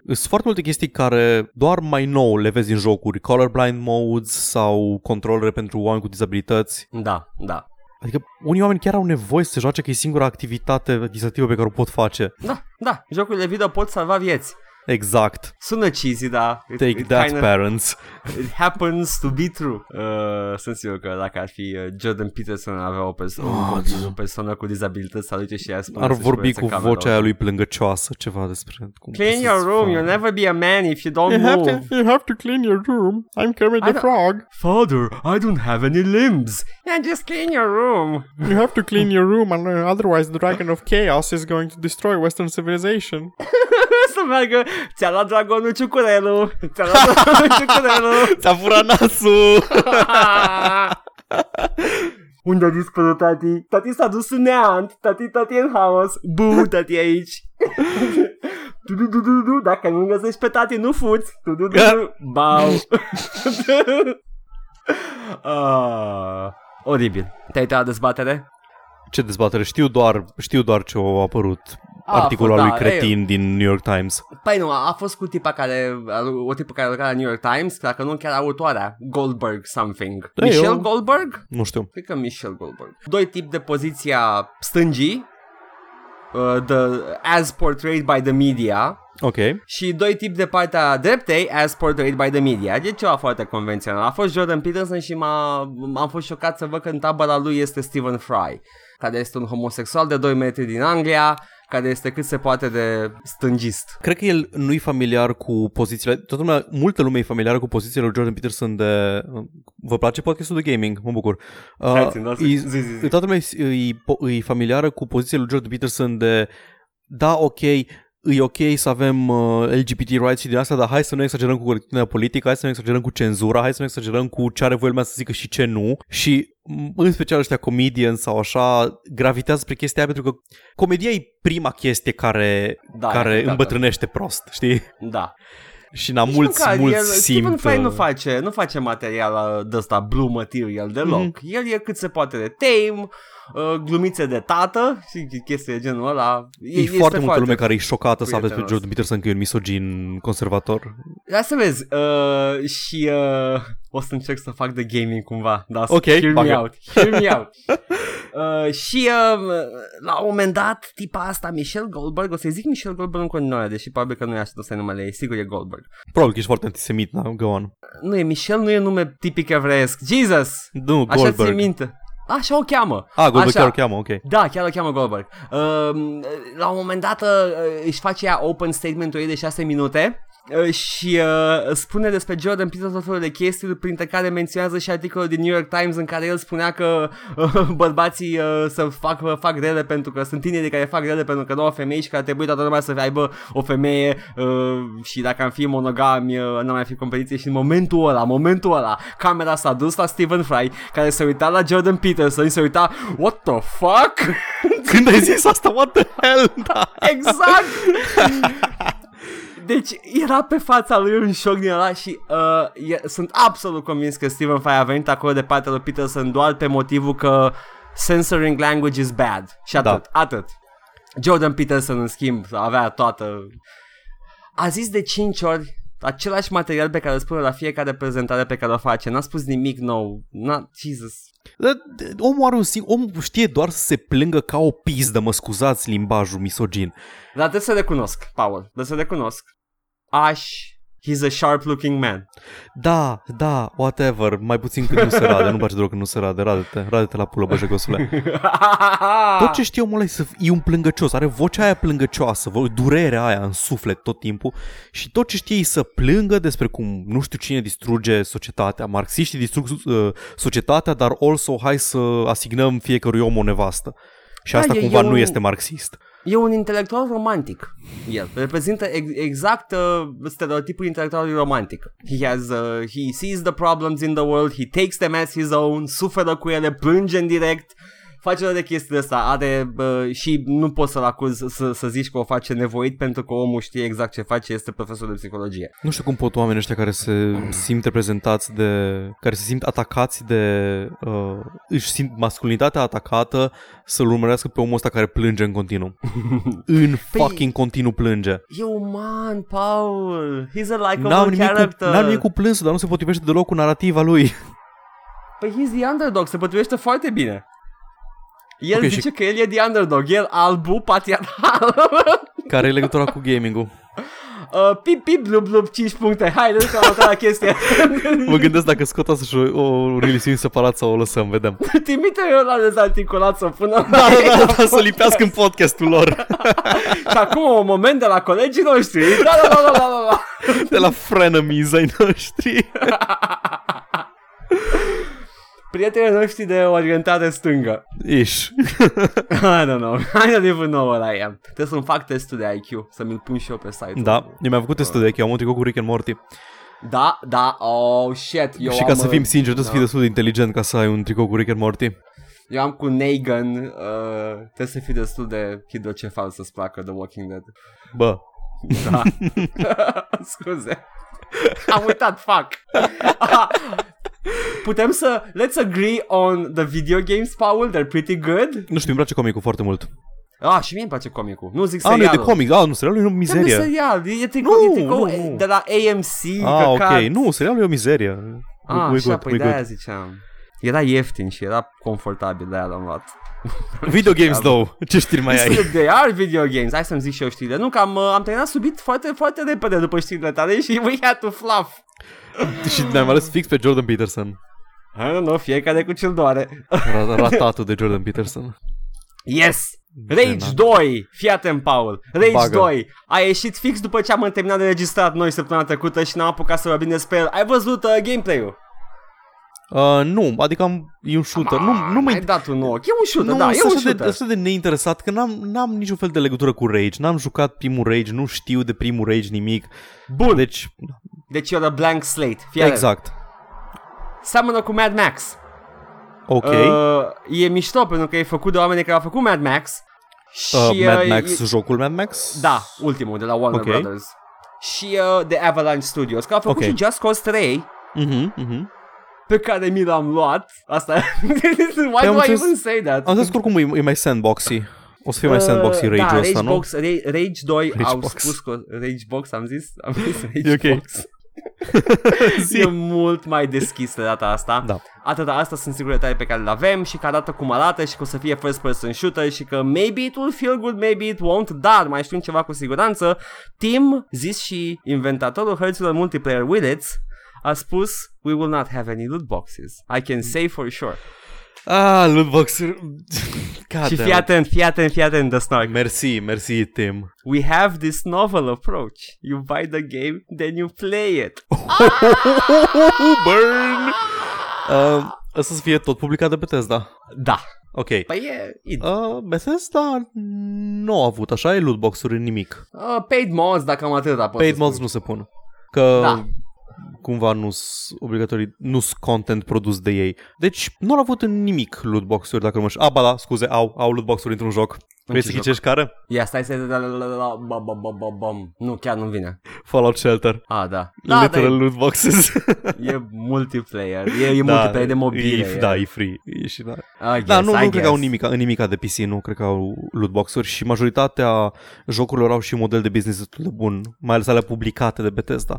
[SPEAKER 2] Sunt foarte multe chestii care doar mai nou le vezi în jocuri, colorblind modes sau controlere pentru oameni cu dizabilități.
[SPEAKER 1] da, da.
[SPEAKER 2] Adică unii oameni chiar au nevoie să se joace că e singura activitate distractivă pe care o pot face.
[SPEAKER 1] Da, da, jocurile video pot salva vieți.
[SPEAKER 2] Exact.
[SPEAKER 1] Sună cheesy, da. It,
[SPEAKER 2] Take that,
[SPEAKER 1] kinda-
[SPEAKER 2] parents.
[SPEAKER 1] It happens to be true. Uh, sunt sigur că dacă ar fi uh, Jordan Peterson avea o persoană, o persoană cu dizabilități, să duce și ea spune
[SPEAKER 2] Ar
[SPEAKER 1] să-și
[SPEAKER 2] vorbi
[SPEAKER 1] curețe
[SPEAKER 2] cu
[SPEAKER 1] camerele.
[SPEAKER 2] vocea aia lui plângăcioasă ceva despre... Cum
[SPEAKER 1] Clean your room, you'll never be a man if you don't move.
[SPEAKER 2] you have to clean your room. I'm Kermit
[SPEAKER 1] the I don't-
[SPEAKER 2] Frog.
[SPEAKER 1] Father, I don't have any limbs. Yeah, just clean your room.
[SPEAKER 2] You have to clean your room, uh, otherwise the Dragon of Chaos is going to destroy Western civilization.
[SPEAKER 1] Să meargă, ți-a luat dragonul ciucurelu. Ți-a luat dragonul ciucurelu.
[SPEAKER 2] Ți-a furat nasul!
[SPEAKER 1] Unde a dispărut é tati? Tati s-a dus în neant, tati, tati e în haos, bu, tati é e aici. Du, du, du, du, du, dacă nu găsești pe tati, nu fuți. Du, du, du, du. Bau. Ah, oribil. Te-ai uitat la dezbatere?
[SPEAKER 2] Ce dezbatere? Știu doar, știu doar ce a apărut.
[SPEAKER 1] A,
[SPEAKER 2] Articolul
[SPEAKER 1] da,
[SPEAKER 2] lui cretin
[SPEAKER 1] ei.
[SPEAKER 2] din New York Times.
[SPEAKER 1] Păi nu, a a fost cu tipa care, o tipă care lucra la New York Times, dacă nu chiar autoarea, Goldberg something.
[SPEAKER 2] Da,
[SPEAKER 1] Michelle
[SPEAKER 2] eu-
[SPEAKER 1] Goldberg?
[SPEAKER 2] Nu știu.
[SPEAKER 1] Cred că Michel Goldberg. Doi tipi de poziția stângii, uh, the, as portrayed by the media,
[SPEAKER 2] Ok.
[SPEAKER 1] și doi tipi de partea dreptei, as portrayed by the media. E ceva foarte convențional. A fost Jordan Peterson și m-a, am fost șocat să văd că în tabăra lui este Stephen Fry, care este un homosexual de 2 metri din Anglia, care este cât se poate de stângist.
[SPEAKER 2] Cred că el nu-i familiar cu pozițiile... Toată lumea, multă lume e familiară cu pozițiile lui Jordan Peterson de... Vă place podcastul de gaming? Mă bucur. Uh,
[SPEAKER 1] Hai, da,
[SPEAKER 2] e-
[SPEAKER 1] zi, zi, zi.
[SPEAKER 2] Toată lumea e- e, po- e familiară cu poziția lui Jordan Peterson de da, ok, e ok să avem uh, LGBT rights și din asta, dar hai să nu exagerăm cu corectitudinea politică, hai să nu exagerăm cu cenzura, hai să nu exagerăm cu ce are voie lumea să zică și ce nu. Și în special ăștia comedian sau așa, gravitează spre chestia aia pentru că comedia e prima chestie care,
[SPEAKER 1] Da,
[SPEAKER 2] da, care
[SPEAKER 1] da,
[SPEAKER 2] îmbătrânește prost, știi?
[SPEAKER 1] Da.
[SPEAKER 2] Și na,
[SPEAKER 1] Nici
[SPEAKER 2] mulți,
[SPEAKER 1] măcar el,
[SPEAKER 2] mulți
[SPEAKER 1] Stephen
[SPEAKER 2] simt...
[SPEAKER 1] Fry nu
[SPEAKER 2] uh,
[SPEAKER 1] face, nu face material uh, de ăsta blue material deloc.
[SPEAKER 2] Mhm.
[SPEAKER 1] Mm-hmm. El e cât se poate de tame, uh, glumițe de tată și chestii de genul ăla.
[SPEAKER 2] E, e
[SPEAKER 1] este
[SPEAKER 2] foarte multă lume care e șocată să aveți pe
[SPEAKER 1] prietenos.
[SPEAKER 2] Jordan Peterson că e un misogin conservator.
[SPEAKER 1] Ia să vezi. Uh, și uh, o să încerc să fac de gaming cumva. Da,
[SPEAKER 2] Ok,
[SPEAKER 1] hear me
[SPEAKER 2] bagă.
[SPEAKER 1] out. Hear me out. Uh, și uh, la un moment dat, tipa asta, Michelle Goldberg, o să-i zic Michelle Goldberg în continuare, deși probabil că nu e așa ăsta e numele ei, sigur e Goldberg.
[SPEAKER 2] Probabil că ești foarte antisemit, na, go on.
[SPEAKER 1] Nu e Michelle, nu e nume tipic evreiesc. Jesus!
[SPEAKER 2] Nu,
[SPEAKER 1] Așa ți
[SPEAKER 2] Goldberg.
[SPEAKER 1] minte. Așa o cheamă.
[SPEAKER 2] Ah, Goldberg
[SPEAKER 1] Așa.
[SPEAKER 2] chiar o cheamă, ok.
[SPEAKER 1] Da, chiar o cheamă Goldberg. Uh, la un moment dat uh, își face ea open statement-ul ei de 6 minute uh, și uh, spune despre Jordan Peterson tot felul de chestii, printre care menționează și articolul din New York Times în care el spunea că uh, bărbații uh, să fac, fac rele pentru că sunt tineri care fac rele pentru că nu au femei și că ar trebui toată lumea să aibă o femeie uh, și dacă am fi monogami uh, n-ar mai fi competiție și în momentul ăla, momentul ăla, camera s-a dus la Stephen Fry care se uita la Jordan Peterson și se uita What the fuck?
[SPEAKER 2] Când ai zis asta, what the hell? Da.
[SPEAKER 1] Exact! Deci era pe fața lui un șoc din ăla și uh, e, sunt absolut convins că Stephen Fry a venit acolo de partea lui Peterson doar pe motivul că censoring language is bad. Și
[SPEAKER 2] Da.
[SPEAKER 1] atât, atât. Jordan Peterson, în schimb, avea toată... A zis de 5 ori același material pe care îl spune la fiecare prezentare pe care o face. N-a spus nimic nou. N-a... Jesus.
[SPEAKER 2] Dar, d- Omul, are un sing- omul știe doar să se plângă ca o pizdă, mă scuzați limbajul misogin.
[SPEAKER 1] Dar trebuie să recunosc, Paul. Trebuie să recunosc. Aș... He's a sharp looking man.
[SPEAKER 2] Da, da, whatever, mai puțin când nu se radă, nu-mi place deloc când nu se radă, radă-te, radă-te la pulă, băjăgosule. Tot ce știe omul ăla e să fie un plângăcios, are vocea aia plângăcioasă, vo- durerea aia în suflet tot timpul și tot ce știe e să plângă despre cum nu știu cine distruge societatea, marxiștii distrug uh, societatea, dar also hai să asignăm fiecărui om o nevastă. Și
[SPEAKER 1] Da,
[SPEAKER 2] asta
[SPEAKER 1] e-
[SPEAKER 2] cumva
[SPEAKER 1] e un-
[SPEAKER 2] nu este marxist.
[SPEAKER 1] E un intelectual romantic. El reprezintă ex- exact uh, stereotipul intelectualului romantic. He has uh, he sees the problems in the world, he takes them as his own, suferă cu ele, plânge în direct. Face toate chestiile astea, are uh, și nu poți să-l acuz să, să zici că o face nevoit pentru că omul știe exact ce face, este profesor de psihologie.
[SPEAKER 2] Nu știu cum pot oamenii ăștia care se simt reprezentați de... care se simt atacați de... Uh, își simt masculinitatea atacată să-l urmărească pe omul ăsta care plânge în continuu. în
[SPEAKER 1] Păi
[SPEAKER 2] fucking continuu plânge.
[SPEAKER 1] E uman, Paul! He's a
[SPEAKER 2] N-am
[SPEAKER 1] likable
[SPEAKER 2] nimic, cu,
[SPEAKER 1] character!
[SPEAKER 2] n-am nimic cu plânsul, dar nu se potrivește deloc cu narativa lui.
[SPEAKER 1] Păi he's the underdog, se potrivește foarte bine. El
[SPEAKER 2] Ok,
[SPEAKER 1] okay,
[SPEAKER 2] și-
[SPEAKER 1] zice și... că el e the underdog, el albu, patriarhal.
[SPEAKER 2] care e legătura cu gaming-ul?
[SPEAKER 1] uh, pip, pip, blub, blub, 5 puncte. Hai, nu am la chestia.
[SPEAKER 2] Mă gândesc dacă scot asta și o, o release separat sau o lăsăm, vedem.
[SPEAKER 1] Trimite eu la dezarticulat să o pună.
[SPEAKER 2] Da, da, da, da, să lipească în podcastul lor.
[SPEAKER 1] și acum un moment de la colegii noștri. Da, da, da, da, da, da, da.
[SPEAKER 2] De la frenemies ai noștri.
[SPEAKER 1] Prietenii noștri de orientare stângă.
[SPEAKER 2] Ish.
[SPEAKER 1] I don't know. I don't even know what I am. Trebuie să-mi fac testul de IQ, să mi-l pun și eu pe site-ul.
[SPEAKER 2] Da, eu mi-am făcut testul de aici, am un tricou cu Rick and Morty.
[SPEAKER 1] Da, da, oh, shit. Eu
[SPEAKER 2] și ca
[SPEAKER 1] am,
[SPEAKER 2] să
[SPEAKER 1] uh,
[SPEAKER 2] fim sinceri, trebuie să fii
[SPEAKER 1] da.
[SPEAKER 2] destul de inteligent ca să ai un tricou cu Rick and Morty.
[SPEAKER 1] Eu am cu Negan, uh, trebuie să fii destul de hidrocefal să-ți placă The Walking Dead.
[SPEAKER 2] Bă,
[SPEAKER 1] Da. Scuze. Am uitat, fac. Putem să... Let's agree on the video games, Paul. They're pretty good.
[SPEAKER 2] nu știu, îmi place comicul foarte mult.
[SPEAKER 1] Ah, și mie îmi place comicul. Nu zic
[SPEAKER 2] A, Ah, nu
[SPEAKER 1] serialul.
[SPEAKER 2] e de comic, a, nu, serialul e o
[SPEAKER 1] Serial. Nu
[SPEAKER 2] mizerie.
[SPEAKER 1] serial. E tricou,
[SPEAKER 2] Nu,
[SPEAKER 1] e tricou
[SPEAKER 2] nu, nu.
[SPEAKER 1] de la AMC.
[SPEAKER 2] Ah,
[SPEAKER 1] căcat.
[SPEAKER 2] ok, nu, serialul e o mizerie.
[SPEAKER 1] Ah,
[SPEAKER 2] We- we
[SPEAKER 1] așa,
[SPEAKER 2] good,
[SPEAKER 1] păi
[SPEAKER 2] we
[SPEAKER 1] de-aia
[SPEAKER 2] good.
[SPEAKER 1] ziceam. Era ieftin și era confortabil, de-aia l-am luat.
[SPEAKER 2] Video games, though, ce știri mai ai?
[SPEAKER 1] They are video games. Hai să-mi zic și eu știrile. Nu, că am, uh, am terminat subit foarte, foarte repede după știrile tale și we had to fluff.
[SPEAKER 2] Și ne-am ales fix pe Jordan Peterson
[SPEAKER 1] I don't know, fiecare cu ce-l doare.
[SPEAKER 2] Ra- Ratatul de Jordan Peterson
[SPEAKER 1] Yes! Rage
[SPEAKER 2] Genant.
[SPEAKER 1] 2! Fii atent, Paul! Rage
[SPEAKER 2] Bagă.
[SPEAKER 1] 2! A ieșit fix după ce am terminat de registrat noi săptămâna trecută și n-am apucat să vorbim despre el. Ai văzut uh, gameplay-ul?
[SPEAKER 2] uh, Nu, adică am, e un shooter Nu, nu mă
[SPEAKER 1] Ai dat un ochi. E un shooter,
[SPEAKER 2] nu,
[SPEAKER 1] da, e
[SPEAKER 2] sunt
[SPEAKER 1] un
[SPEAKER 2] așa de,
[SPEAKER 1] shooter.
[SPEAKER 2] așa de neinteresat că n-am, n-am niciun fel de legătură cu Rage N-am jucat primul Rage, nu știu de primul Rage nimic
[SPEAKER 1] Bun.
[SPEAKER 2] Deci,
[SPEAKER 1] Deci you're a blank slate. Fii atent.
[SPEAKER 2] exact
[SPEAKER 1] Seamănă cu Mad Max.
[SPEAKER 2] Ok. Uh,
[SPEAKER 1] Uh, e mișto pentru că e făcut de oameni care au făcut Mad Max. Și,
[SPEAKER 2] uh, Mad Max,
[SPEAKER 1] E,
[SPEAKER 2] jocul Mad Max?
[SPEAKER 1] da, ultimul de la Warner
[SPEAKER 2] Ok.
[SPEAKER 1] Brothers. Și uh, de Avalanche Studios, că a făcut
[SPEAKER 2] Ok.
[SPEAKER 1] și Just Cause 3,
[SPEAKER 2] Mhm, mhm.
[SPEAKER 1] pe care mi l-am luat. Asta Why
[SPEAKER 2] Păi, am
[SPEAKER 1] do I
[SPEAKER 2] înțeles-
[SPEAKER 1] even say that?
[SPEAKER 2] Am zis că oricum e, e mai sandboxy. O să fie mai
[SPEAKER 1] Uh,
[SPEAKER 2] sandboxy rage-ul
[SPEAKER 1] da,
[SPEAKER 2] ăsta, nu?
[SPEAKER 1] Ragebox, Ra- Rage 2
[SPEAKER 2] Rage
[SPEAKER 1] au
[SPEAKER 2] Box.
[SPEAKER 1] spus că Ragebox am zis, am zis
[SPEAKER 2] E ok.
[SPEAKER 1] Ragebox.
[SPEAKER 2] Zi.
[SPEAKER 1] e mult mai deschis de data asta.
[SPEAKER 2] Da.
[SPEAKER 1] Atâta asta sunt singurele tare pe care le avem și că arată cum arată și că o să fie first person shooter și că maybe it will feel good, maybe it won't, dar mai știm ceva cu siguranță. Tim, zis și inventatorul hărților multiplayer Willets, a spus We will not have any loot boxes. I can say for sure.
[SPEAKER 2] Ah, lootbox. God
[SPEAKER 1] și
[SPEAKER 2] Ah, damn
[SPEAKER 1] fii
[SPEAKER 2] it.
[SPEAKER 1] atent, fii atent, fii atent, The Snark.
[SPEAKER 2] Mersi, mersi, Tim.
[SPEAKER 1] We have this novel approach. You buy the game, then you play it.
[SPEAKER 2] Burn! Uh, asta să fie tot publicat de Bethesda.
[SPEAKER 1] Da.
[SPEAKER 2] Ok.
[SPEAKER 1] Păi e... e
[SPEAKER 2] Uh, Bethesda nu a avut, așa e lootbox-uri, nimic.
[SPEAKER 1] uh, paid mods, dacă am atât.
[SPEAKER 2] Paid mods nu se pun. Că
[SPEAKER 1] Da.
[SPEAKER 2] cumva nu sunt obligatorii, nu sunt content produs de ei. Deci nu au avut în nimic lootbox-uri, dacă nu mă știu. A, ba da, scuze, au, au lootbox-uri într-un joc. Vrei să
[SPEAKER 1] joc?
[SPEAKER 2] ghicești care?
[SPEAKER 1] Ia, stai, stai, stai, stai, stai, stai, ba, ba, ba, ba, bam. Nu, chiar nu vine.
[SPEAKER 2] Fallout Shelter.
[SPEAKER 1] A, da. Da,
[SPEAKER 2] Da,
[SPEAKER 1] da,
[SPEAKER 2] Literal
[SPEAKER 1] e,
[SPEAKER 2] lootboxes.
[SPEAKER 1] e multiplayer. E, e multiplayer de mobil.
[SPEAKER 2] Da, E, da, e free. E și da.
[SPEAKER 1] I guess,
[SPEAKER 2] Da, nu,
[SPEAKER 1] I
[SPEAKER 2] nu cred
[SPEAKER 1] guess.
[SPEAKER 2] că au nimica, nimica de PC, nu cred că au lootbox-uri și majoritatea jocurilor au și un model de business destul de bun, mai ales alea publicate de Bethesda.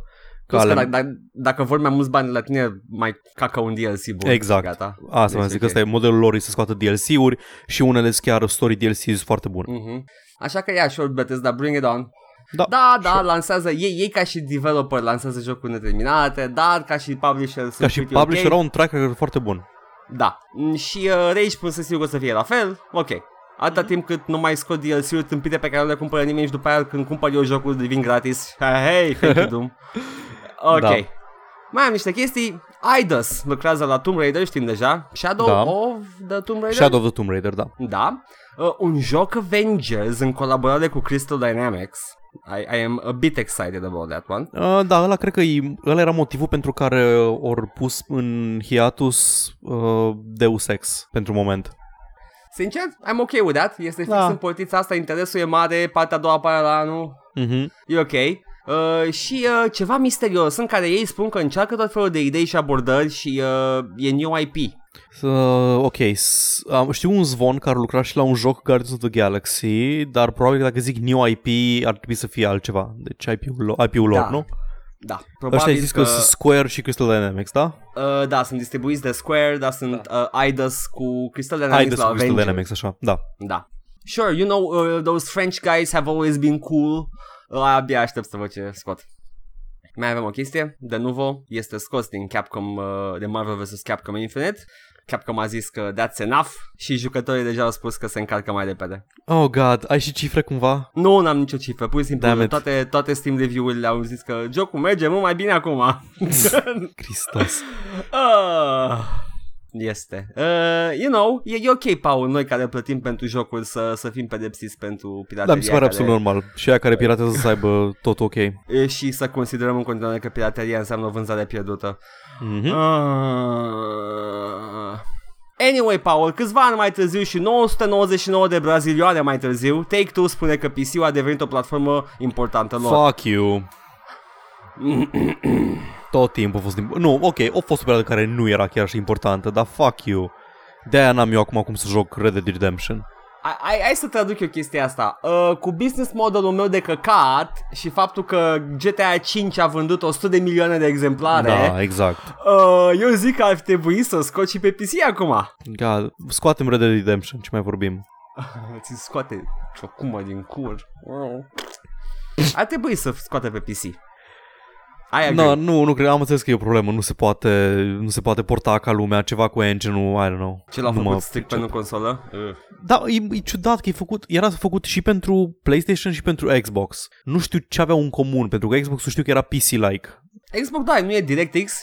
[SPEAKER 2] Că
[SPEAKER 1] Plus Că
[SPEAKER 2] ale...
[SPEAKER 1] dacă, dacă, dacă vor mai mulți bani la tine, mai cacă un DLC bun.
[SPEAKER 2] Exact.
[SPEAKER 1] Gata.
[SPEAKER 2] Asta
[SPEAKER 1] Deci,
[SPEAKER 2] mi-am zis,
[SPEAKER 1] ok.
[SPEAKER 2] că ăsta e modelul lor, e să scoată DLC-uri și unele sunt chiar story DLC-uri foarte bune.
[SPEAKER 1] Mhm. Așa că ia short Bethesda, bring it on.
[SPEAKER 2] Da,
[SPEAKER 1] da, da lansează, ei, ei ca și developer lansează jocuri neterminate, dar ca și publisher
[SPEAKER 2] Ca și publisher
[SPEAKER 1] okay.
[SPEAKER 2] au un track record foarte bun.
[SPEAKER 1] Da, Mm, și uh, Rage pun să sigur că o să fie la fel, ok. Atâta
[SPEAKER 2] Mhm.
[SPEAKER 1] timp cât nu mai scot DLC-uri tâmpite pe care nu le cumpără nimeni și după aia când cumpăr eu jocul devin gratis. Ha, Hei, thank you, Doom. Ok.
[SPEAKER 2] Da.
[SPEAKER 1] Mai am niște chestii. Eidos lucrează la Tomb Raider, știm deja. Shadow
[SPEAKER 2] Da.
[SPEAKER 1] of the Tomb Raider?
[SPEAKER 2] Shadow of the Tomb Raider, da.
[SPEAKER 1] Da. Uh, un joc Avengers în colaborare cu Crystal Dynamics. I, I am a bit excited about that one.
[SPEAKER 2] Uh, da, ăla cred că e, ăla era motivul pentru care ori pus în hiatus uh, Deus Ex pentru moment.
[SPEAKER 1] Sincer, I'm okay with that. Este fix
[SPEAKER 2] Da.
[SPEAKER 1] în portița asta, interesul e mare, partea a doua apare la anul.
[SPEAKER 2] Mhm.
[SPEAKER 1] E ok. Uh, și uh, ceva misterios în care ei spun că încearcă tot felul de idei și abordări și uh, e new IP.
[SPEAKER 2] Uh, ok, s- am, știu un zvon care lucra și la un joc Guardians of the Galaxy, dar probabil că dacă zic new IP ar trebui să fie altceva, deci IP-ul, lor- IP-ul lor,
[SPEAKER 1] Da,
[SPEAKER 2] nu?
[SPEAKER 1] Da,
[SPEAKER 2] Ăștia
[SPEAKER 1] probabil
[SPEAKER 2] ai zis că... sunt Square și Crystal Dynamics, da?
[SPEAKER 1] uh, da, sunt distribuiți de Square, dar sunt uh, Idas cu Crystal Dynamics
[SPEAKER 2] Haideți
[SPEAKER 1] la
[SPEAKER 2] cu Crystal
[SPEAKER 1] Avengers.
[SPEAKER 2] Dynamics, așa, da.
[SPEAKER 1] Da. Sure, you know, uh, those French guys have always been cool. Uh, abia aștept să văd ce scot. Mai avem o chestie, de nuvo, este scos din Capcom, uh, de Marvel vs. Capcom Infinite. Capcom a zis că that's enough și jucătorii deja au spus că se încarcă mai repede.
[SPEAKER 2] Oh, God, ai și cifre cumva?
[SPEAKER 1] Nu, n-am nicio cifră, pur și
[SPEAKER 2] Damn
[SPEAKER 1] simplu,
[SPEAKER 2] it.
[SPEAKER 1] toate, toate Steam review-urile au zis că jocul merge mult mai bine acum.
[SPEAKER 2] Cristos.
[SPEAKER 1] Ah, este. Uh, you know, e, e ok, Paul, noi care plătim pentru jocuri să, să fim pedepsiți pentru
[SPEAKER 2] da,
[SPEAKER 1] pirateria
[SPEAKER 2] mi se pare
[SPEAKER 1] care-
[SPEAKER 2] absolut normal. Și aia care piratează să aibă tot ok.
[SPEAKER 1] E, și să considerăm în continuare că pirateria înseamnă vânzare pierdută. Uh,
[SPEAKER 2] Mhm.
[SPEAKER 1] Ah. Anyway, Paul, câțiva ani mai târziu și 999 de brazilioane mai târziu, Take-Two spune că PC-ul a devenit o platformă importantă lor.
[SPEAKER 2] Fuck you. Tot timpul a fost... imp- Nu, ok, a fost o perioadă care nu era chiar și importantă, dar fuck you. De-aia n-am eu acum cum să joc Red Dead Redemption.
[SPEAKER 1] Hai- Hai, hai să traduc eu chestia asta. Uh, cu business modelul meu de căcat și faptul că GTA 5 a vândut 100 de milioane de exemplare,
[SPEAKER 2] Da, exact.
[SPEAKER 1] uh, eu zic că ar trebui să o scot și pe PC acum.
[SPEAKER 2] God, scoatem Red Dead Redemption, ce mai vorbim?
[SPEAKER 1] Ți scoate ciocuma din cur. Wow. Ar trebui să scoate pe PC. Ai
[SPEAKER 2] Da,
[SPEAKER 1] no.
[SPEAKER 2] nu, nu cred, am înțeles că e o problemă, nu se poate, nu se poate porta ca lumea ceva cu engine-ul, I don't know.
[SPEAKER 1] Ce l-au
[SPEAKER 2] Nu mă
[SPEAKER 1] făcut strict
[SPEAKER 2] pricep.
[SPEAKER 1] pentru consolă? Uh.
[SPEAKER 2] Da, e, e ciudat că e făcut, era făcut și pentru PlayStation și pentru Xbox. Nu știu ce aveau în comun, pentru că Xbox-ul știu că era PC-like.
[SPEAKER 1] Xbox, da, nu e DirectX.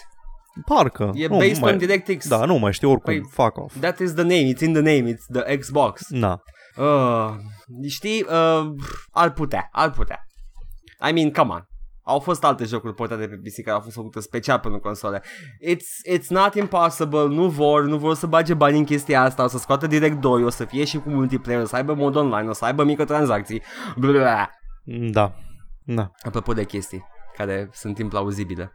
[SPEAKER 2] Parcă.
[SPEAKER 1] E
[SPEAKER 2] nu,
[SPEAKER 1] based
[SPEAKER 2] mai,
[SPEAKER 1] on DirectX.
[SPEAKER 2] Da, nu mai știu, oricum,
[SPEAKER 1] Păi-
[SPEAKER 2] fuck off.
[SPEAKER 1] That is the name, it's in the name, it's the Xbox.
[SPEAKER 2] Na.
[SPEAKER 1] Uh, știi, uh, ar putea, ar putea. I mean, come on. Au fost alte jocuri portate pe PC care au fost făcute special pentru console. It's, it's not impossible, nu vor, nu vor să bage bani în chestia asta, o să scoată direct 2, o să fie și cu multiplayer, o să aibă mod online, o să aibă microtransacții. Blah.
[SPEAKER 2] Da. Da.
[SPEAKER 1] Apropo de chestii care sunt implauzibile.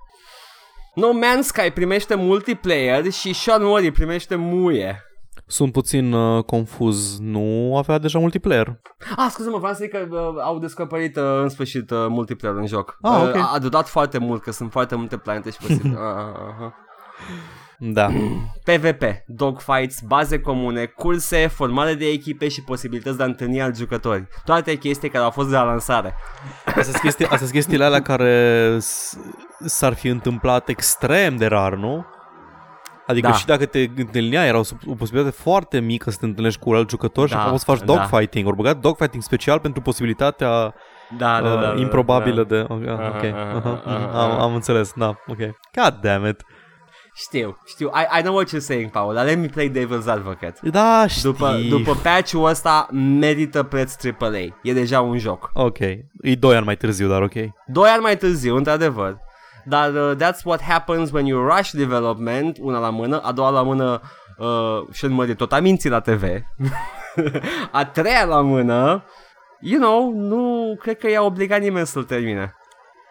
[SPEAKER 1] No Man's Sky primește multiplayer și Sean Murray primește muie.
[SPEAKER 2] Sunt puțin uh, confuz. Nu avea deja multiplayer.
[SPEAKER 1] Ah, scuze-mă, vreau să zic că uh, au descoperit uh, în sfârșit uh, multiplayer în joc.
[SPEAKER 2] Ah, ok.
[SPEAKER 1] uh, a durat foarte mult, că sunt foarte multe planete și posibil. uh, uh, uh.
[SPEAKER 2] Da.
[SPEAKER 1] PvP, dogfights, baze comune, curse, formare de echipe și posibilități de a întâlni alți jucători. Toate chestii care au fost de la lansare.
[SPEAKER 2] Astea sunt chestii, astea sunt chestiile alea care s- s-ar fi întâmplat extrem de rar, nu? Adică
[SPEAKER 1] Da.
[SPEAKER 2] da. și dacă te întâlneai, era o, sub- o posibilitate foarte mică să te întâlnești cu alt jucător da,
[SPEAKER 1] Da,
[SPEAKER 2] și apoi să faci
[SPEAKER 1] da.
[SPEAKER 2] dogfighting. Ori băgat dogfighting special pentru posibilitatea
[SPEAKER 1] Da, da,
[SPEAKER 2] uh,
[SPEAKER 1] da.
[SPEAKER 2] improbabilă
[SPEAKER 1] da.
[SPEAKER 2] de... Ok, ok.
[SPEAKER 1] aha,
[SPEAKER 2] aha,
[SPEAKER 1] aha.
[SPEAKER 2] am, am înțeles, da, ok. God damn it.
[SPEAKER 1] Știu, știu. I, I know what you're saying, Paul, dar let me play devil's advocate.
[SPEAKER 2] Da, știi.
[SPEAKER 1] După, după patch-ul ăsta merită preț AAA. E deja un joc.
[SPEAKER 2] Ok, e doi ani mai târziu, dar ok.
[SPEAKER 1] Doi ani mai târziu, într-adevăr. Dar uh, that's what happens when you rush development, una la mână, a doua la mână uh, și în mări tot am mințit la TV. a treia la mână, you know, nu cred că i-a obligat nimeni să-l termine.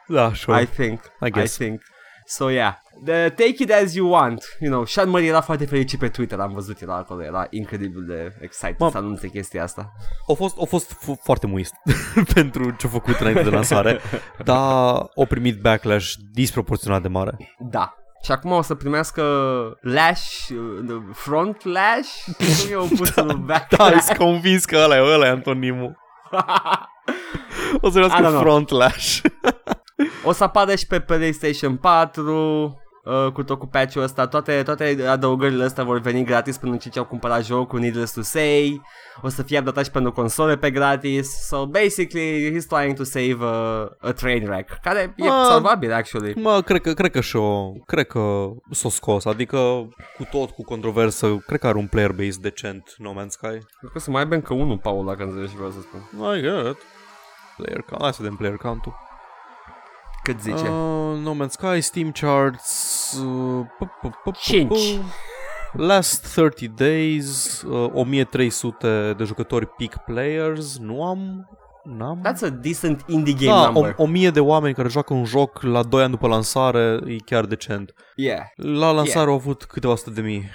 [SPEAKER 2] Da, sure.
[SPEAKER 1] I think.
[SPEAKER 2] I guess.
[SPEAKER 1] I think. So yeah, the, take it as you want, you know, Sean Murray era foarte fericit pe Twitter, am văzut el acolo, era incredibil de excited
[SPEAKER 2] Mă-
[SPEAKER 1] să anunțe chestia asta.
[SPEAKER 2] Au fost, au fost fo- foarte muist pentru ce a făcut înainte de lansare, dar au primit backlash disproporționat de mare.
[SPEAKER 1] Da. Și acum o să primească lash, uh, front lash, cum eu pus da, back
[SPEAKER 2] Da, sunt convins că ăla e, ăla e antonimul. O să
[SPEAKER 1] I don't
[SPEAKER 2] vrească
[SPEAKER 1] know.
[SPEAKER 2] frontlash.
[SPEAKER 1] O să apară și pe PlayStation 4, uh, cu tot cu patch-ul ăsta, toate, toate adăugările astea vor veni gratis pentru cei ce au cumpărat jocul Needless to Say, o să fie updatat și pentru console pe gratis, so basically he's trying to save a, a train wreck, care e
[SPEAKER 2] Ah.
[SPEAKER 1] salvabil actually.
[SPEAKER 2] Mă, cred că, cred că și-o, cred că s-o scos, adică cu tot, cu controversă, cred că are un player base decent No Man's Sky.
[SPEAKER 1] Cred că o să mai avem încă unul, Paul, dacă înțelegi ce vreau să spun.
[SPEAKER 2] I get Player count, hai să vedem player count-ul.
[SPEAKER 1] Cât zice? Uh,
[SPEAKER 2] Uh, no Man's Sky, Steam Charts, uh, pu- pu- pu- pu-
[SPEAKER 1] Cinci.
[SPEAKER 2] pu. Last 30 Days, uh, 1300 de jucători peak players, nu am, n-am.
[SPEAKER 1] That's a decent indie Da, game
[SPEAKER 2] da,
[SPEAKER 1] number.
[SPEAKER 2] o, 1000 de oameni care joacă un joc la 2 ani după lansare e chiar decent.
[SPEAKER 1] Yeah.
[SPEAKER 2] La lansare yeah. au avut câteva sute de mii.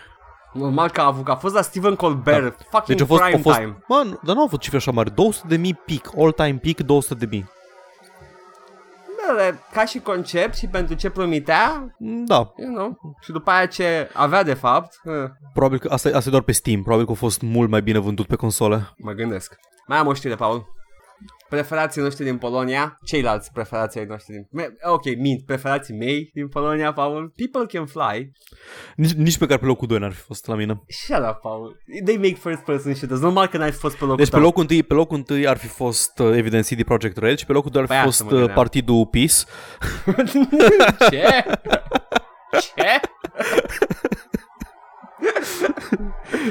[SPEAKER 1] Normal că a avut, că a fost la Stephen Colbert, da. fucking
[SPEAKER 2] Deci a fost,
[SPEAKER 1] prime
[SPEAKER 2] a fost
[SPEAKER 1] time.
[SPEAKER 2] mă, nu- dar nu au avut cifre așa mari. 200 de mii peak, all time peak 200 de mii.
[SPEAKER 1] Da, dar ca și concept și pentru ce promitea,
[SPEAKER 2] Da,
[SPEAKER 1] you know, și după aia ce avea de fapt, eh,
[SPEAKER 2] probabil că asta, asta e doar pe Steam, probabil că a fost mult mai bine vândut pe console.
[SPEAKER 1] mă gândesc. Mai am o știre, Paul. Preferații noștri din Polonia, ceilalți preferații ai noștri din... Me- Ok, mint, preferații mei din Polonia, Paul. People can fly.
[SPEAKER 2] Nici, nici măcar pe locul 2 n-ar fi fost la mine.
[SPEAKER 1] Shut up, Paul. They make first person shooters. Normal că n-ai fost pe locul
[SPEAKER 2] Deci pe
[SPEAKER 1] tău.
[SPEAKER 2] locul, întâi, pe locul întâi ar fi fost uh, evident CD Projekt Red și pe locul 2 ar fi
[SPEAKER 1] Păi asta
[SPEAKER 2] fost
[SPEAKER 1] mă
[SPEAKER 2] uh,
[SPEAKER 1] gândeam.
[SPEAKER 2] partidul PIS.
[SPEAKER 1] ce? ce?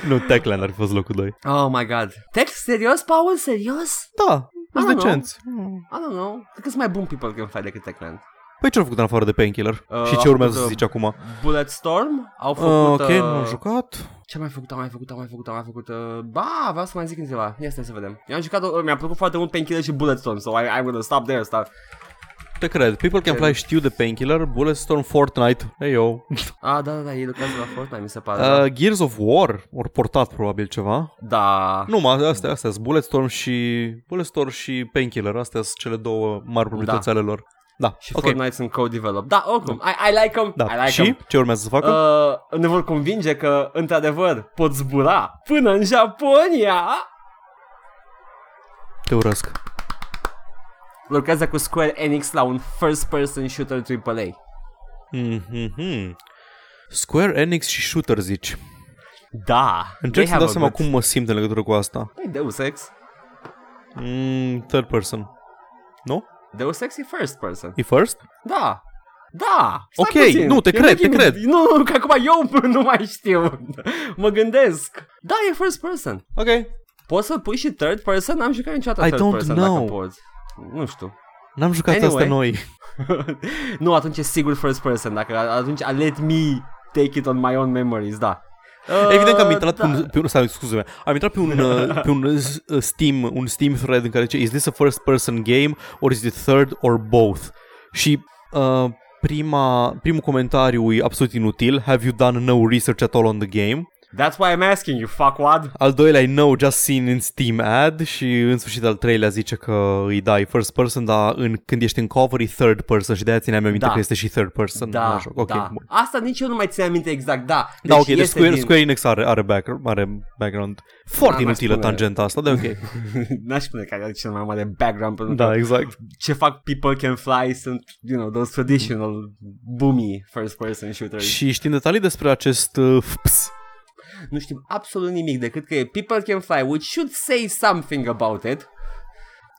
[SPEAKER 2] nu, Techland ar fi fost locul 2.
[SPEAKER 1] Oh my god. Text serios, Paul? Serios?
[SPEAKER 2] Da, sunt
[SPEAKER 1] Ah, nu.
[SPEAKER 2] decenți.
[SPEAKER 1] I don't know. Cred că sunt mai bun People Can Fly decât Techland.
[SPEAKER 2] Păi ce au făcut în afară de Painkiller?
[SPEAKER 1] Uh,
[SPEAKER 2] Uh, și ce
[SPEAKER 1] au
[SPEAKER 2] urmează
[SPEAKER 1] făcut,
[SPEAKER 2] să zici acum? Uh,
[SPEAKER 1] Bulletstorm au făcut...
[SPEAKER 2] Oh, ok,
[SPEAKER 1] uh,
[SPEAKER 2] nu am jucat.
[SPEAKER 1] Ce am mai făcut, am mai făcut, am mai făcut, am mai făcut... Uh, ba, vreau să mai zic câteva. Ia stai să vedem. Eu am jucat, uh, mi-a plăcut foarte mult Painkiller și Bulletstorm, so I, I'm gonna stop there, stop.
[SPEAKER 2] Te cred. People Can
[SPEAKER 1] Cred.
[SPEAKER 2] Fly știu de Painkiller, Bulletstorm, Fortnite, hey yo.
[SPEAKER 1] Ah, da, da, da, ei lucrează la Fortnite, mi se pare. da.
[SPEAKER 2] Uh, Gears of War, ori portat probabil ceva.
[SPEAKER 1] da.
[SPEAKER 2] Nu, mă, astea, astea sunt Bulletstorm și Bulletstorm și Painkiller, astea sunt cele două mari proprietăți
[SPEAKER 1] Da.
[SPEAKER 2] ale lor. Da,
[SPEAKER 1] Și
[SPEAKER 2] ok.
[SPEAKER 1] Fortnite sunt co-develop. Da, oricum, I, I like them,
[SPEAKER 2] Da.
[SPEAKER 1] I like
[SPEAKER 2] și
[SPEAKER 1] 'em.
[SPEAKER 2] ce urmează să facă?
[SPEAKER 1] Uh, ne vor convinge că, într-adevăr, pot zbura până în Japonia.
[SPEAKER 2] Te urăsc.
[SPEAKER 1] Lucrează cu Square Enix la un first-person shooter AAA.
[SPEAKER 2] Mhm. Square Enix și Shooter, zici.
[SPEAKER 1] Da.
[SPEAKER 2] Încerc
[SPEAKER 1] They
[SPEAKER 2] să
[SPEAKER 1] have
[SPEAKER 2] dau
[SPEAKER 1] a
[SPEAKER 2] seama
[SPEAKER 1] good-
[SPEAKER 2] cum mă simt în legătură cu asta.
[SPEAKER 1] Păi Deus Ex.
[SPEAKER 2] Mm, third person. Nu?
[SPEAKER 1] Deus Ex e first person.
[SPEAKER 2] E first?
[SPEAKER 1] Da. Da. Stai
[SPEAKER 2] Ok,
[SPEAKER 1] puțin.
[SPEAKER 2] nu, te
[SPEAKER 1] Eu
[SPEAKER 2] cred, te
[SPEAKER 1] ghind-
[SPEAKER 2] cred.
[SPEAKER 1] Nu, nu, că acum eu nu mai știu. mă gândesc. Da, e first person.
[SPEAKER 2] Ok.
[SPEAKER 1] Poți să pui și third person? Am jucat niciodată
[SPEAKER 2] I
[SPEAKER 1] third
[SPEAKER 2] don't
[SPEAKER 1] person
[SPEAKER 2] know.
[SPEAKER 1] dacă poți. Nu știu.
[SPEAKER 2] N-am jucat
[SPEAKER 1] Anyway.
[SPEAKER 2] asta noi.
[SPEAKER 1] nu, atunci e sigur first person, dacă atunci a let me take it on my own memories, da.
[SPEAKER 2] Evident că am
[SPEAKER 1] Uh,
[SPEAKER 2] intrat pe un, pe un stai, scuze-mă, am intrat pe un, uh, pe un s- uh, Steam, un Steam thread în care zice Is this a first person game or is it third or both? Și uh, prima, primul comentariu e absolut inutil Have you done no research at all on the game?
[SPEAKER 1] That's why I'm asking you, fuckwad.
[SPEAKER 2] Al doilea e no, just seen in Steam ad și în sfârșit al treilea zice că îi dai first person, dar în, când ești în cover e third person și de-aia țineam aminte
[SPEAKER 1] Da.
[SPEAKER 2] că este și third person
[SPEAKER 1] Da,
[SPEAKER 2] în joc. Ok,
[SPEAKER 1] da.
[SPEAKER 2] bun.
[SPEAKER 1] Asta nici eu nu mai țin aminte exact, da.
[SPEAKER 2] Da, ok, deci
[SPEAKER 1] este
[SPEAKER 2] Square,
[SPEAKER 1] din- Da,
[SPEAKER 2] Square Enix are, are, back, are background. Foarte
[SPEAKER 1] mai
[SPEAKER 2] inutilă
[SPEAKER 1] spune.
[SPEAKER 2] tangenta asta, dar ok.
[SPEAKER 1] N-aș spune că are cel mai mare background pentru că
[SPEAKER 2] da, exact.
[SPEAKER 1] ce fac People Can Fly sunt, you know, those traditional boomy first person shooters.
[SPEAKER 2] Și știm detalii despre acest uh, FPS.
[SPEAKER 1] Nu știm absolut nimic decât că e People Can Fly, which should say something about it.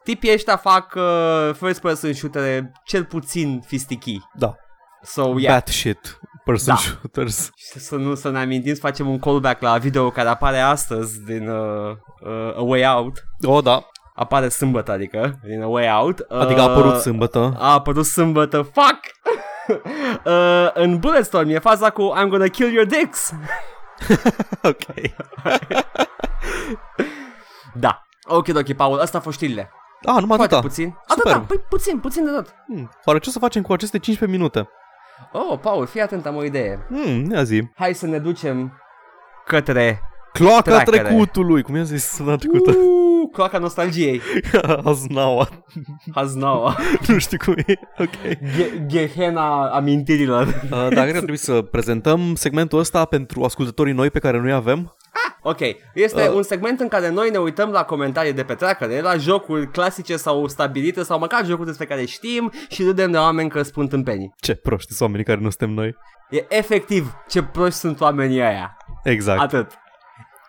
[SPEAKER 1] Tipii ăștia fac uh, first person shootere cel puțin fistichii.
[SPEAKER 2] Da,
[SPEAKER 1] So,
[SPEAKER 2] yeah.
[SPEAKER 1] Oh, yeah.
[SPEAKER 2] bat shit person
[SPEAKER 1] Da.
[SPEAKER 2] shooters.
[SPEAKER 1] Și Să nu să ne amintim să facem un callback la video care apare astăzi din uh, uh, A Way Out.
[SPEAKER 2] Oh, da,
[SPEAKER 1] Apare sâmbătă, adică, din A Way Out. Uh,
[SPEAKER 2] adică a apărut sâmbătă.
[SPEAKER 1] A apărut sâmbătă, fuck! uh, în Bulletstorm e faza cu I'm gonna kill your dicks!
[SPEAKER 2] ok.
[SPEAKER 1] Da. Ok, ok, Paul, asta a fost știrile.
[SPEAKER 2] Ah, numai
[SPEAKER 1] Foarte
[SPEAKER 2] atâta.
[SPEAKER 1] puțin.
[SPEAKER 2] Super.
[SPEAKER 1] Atâta, păi puțin, puțin de tot.
[SPEAKER 2] Hmm. Oare ce o să facem cu aceste 15 minute?
[SPEAKER 1] Oh, Paul, fii atent, am o idee.
[SPEAKER 2] Hmm, ia zi.
[SPEAKER 1] Hai să ne ducem către
[SPEAKER 2] Cloaca
[SPEAKER 1] Tracere.
[SPEAKER 2] trecutului. Cum i-a zis săptămâna trecută?
[SPEAKER 1] Uuu, cloaca nostalgiei.
[SPEAKER 2] Aznaua.
[SPEAKER 1] Haznaua.
[SPEAKER 2] nu știu cum e. Ok.
[SPEAKER 1] Ge- Gehena amintirilor.
[SPEAKER 2] Uh, dar cred că trebuie să prezentăm segmentul ăsta pentru ascultătorii noi pe care nu-i avem.
[SPEAKER 1] Ok, este
[SPEAKER 2] Uh.
[SPEAKER 1] un segment în care noi ne uităm la comentarii de pe tracăre, la jocuri clasice sau stabilite sau măcar jocuri despre care știm și râdem de oameni că spun tâmpenii.
[SPEAKER 2] Ce proști sunt oamenii care nu suntem noi.
[SPEAKER 1] E efectiv ce proști sunt oamenii aia.
[SPEAKER 2] Exact.
[SPEAKER 1] Atât.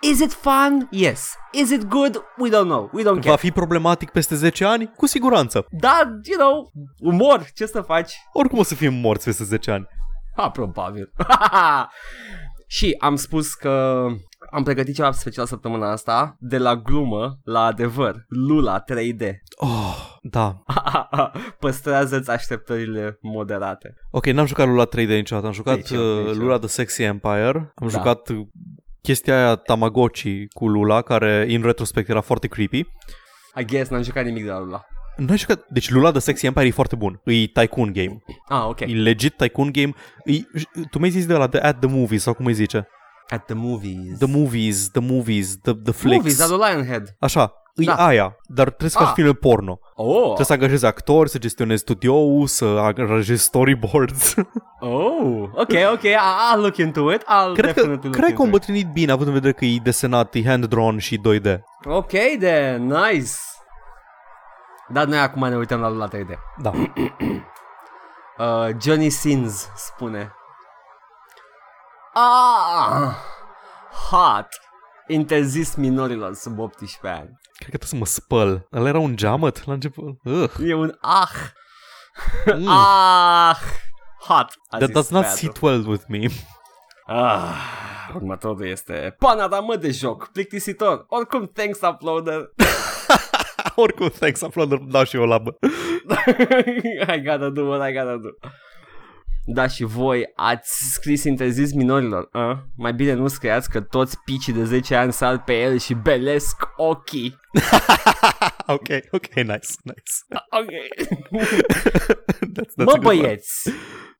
[SPEAKER 1] Is it fun? Yes. Is it good? We don't know. We don't care.
[SPEAKER 2] Va fi problematic peste 10 ani? Cu siguranță.
[SPEAKER 1] Dar, you know, umor, ce să faci?
[SPEAKER 2] Oricum o să fim morți peste 10 ani.
[SPEAKER 1] Ha, probabil. și am spus că am pregătit ceva special săptămâna asta, de la glumă la adevăr. Lula 3D.
[SPEAKER 2] Oh, da.
[SPEAKER 1] Păstrează-ți așteptările moderate.
[SPEAKER 2] Ok, n-am jucat Lula 3D niciodată. Am jucat
[SPEAKER 1] Nici Deci eu,
[SPEAKER 2] uh,
[SPEAKER 1] nici eu.
[SPEAKER 2] Lula The Sexy Empire.
[SPEAKER 1] Da.
[SPEAKER 2] Am jucat uh, chestia aia Tamagotchi cu Lula, care în retrospect era foarte creepy.
[SPEAKER 1] I guess n-am jucat nimic de la Lula.
[SPEAKER 2] Nu ai jucat... Deci Lula The Sexy Empire e foarte bun. E tycoon game.
[SPEAKER 1] Ah, ok.
[SPEAKER 2] E legit tycoon game. E... Tu mi-ai zis de la The At The Movies sau cum îi zice?
[SPEAKER 1] At the movies.
[SPEAKER 2] The Movies, The Movies, The, the Flicks.
[SPEAKER 1] movies, la lui Lionhead.
[SPEAKER 2] Așa, e
[SPEAKER 1] Da.
[SPEAKER 2] aia, dar trebuie să faci
[SPEAKER 1] Ah.
[SPEAKER 2] filme porno.
[SPEAKER 1] Oh,
[SPEAKER 2] Trebuie să angajezi actori, să gestionezi studioul, să angajezi storyboards.
[SPEAKER 1] oh, ok, ok, I- I'll look into it. I'll
[SPEAKER 2] cred că,
[SPEAKER 1] definitely look
[SPEAKER 2] cred că
[SPEAKER 1] into it.
[SPEAKER 2] o îmbătrânit bine, având în vedere că e desenat, e hand-drawn și 2D.
[SPEAKER 1] Ok, de nice. Dar noi acum ne uităm la Lula 3D.
[SPEAKER 2] Da.
[SPEAKER 1] Uh, Johnny Sins spune. Ah, hot. Interzis minorilor sub 18 ani.
[SPEAKER 2] Cred că trebuie să mă spăl. Ăla era un geamăt la început. Ugh.
[SPEAKER 1] E un ah,
[SPEAKER 2] Mm.
[SPEAKER 1] ah, hot. a
[SPEAKER 2] That
[SPEAKER 1] zis
[SPEAKER 2] does not
[SPEAKER 1] băiatul.
[SPEAKER 2] sit well with me.
[SPEAKER 1] Ah, următorul este Panada mă de joc, plictisitor Oricum, thanks uploader
[SPEAKER 2] Oricum, thanks, uploader, dau și eu la bă.
[SPEAKER 1] I gotta do what I gotta do. Da, și voi ați scris interzis minorilor. A? Mai bine nu scriați că toți picii de 10 ani sar pe el și belesc ochii.
[SPEAKER 2] ok, ok, nice, nice.
[SPEAKER 1] Da, Ok.
[SPEAKER 2] That's, that's a
[SPEAKER 1] mă
[SPEAKER 2] good one.
[SPEAKER 1] băieți,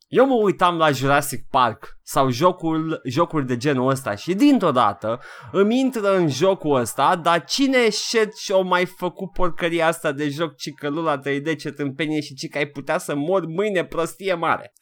[SPEAKER 1] eu mă uitam la Jurassic Park sau jocul, jocuri de genul ăsta și dintr-o dată îmi intră în jocul ăsta, dar cine șet și-o mai făcut porcăria asta de joc cicălula 3D ce tâmpenie și ci că ai putea să mor mâine prostie mare.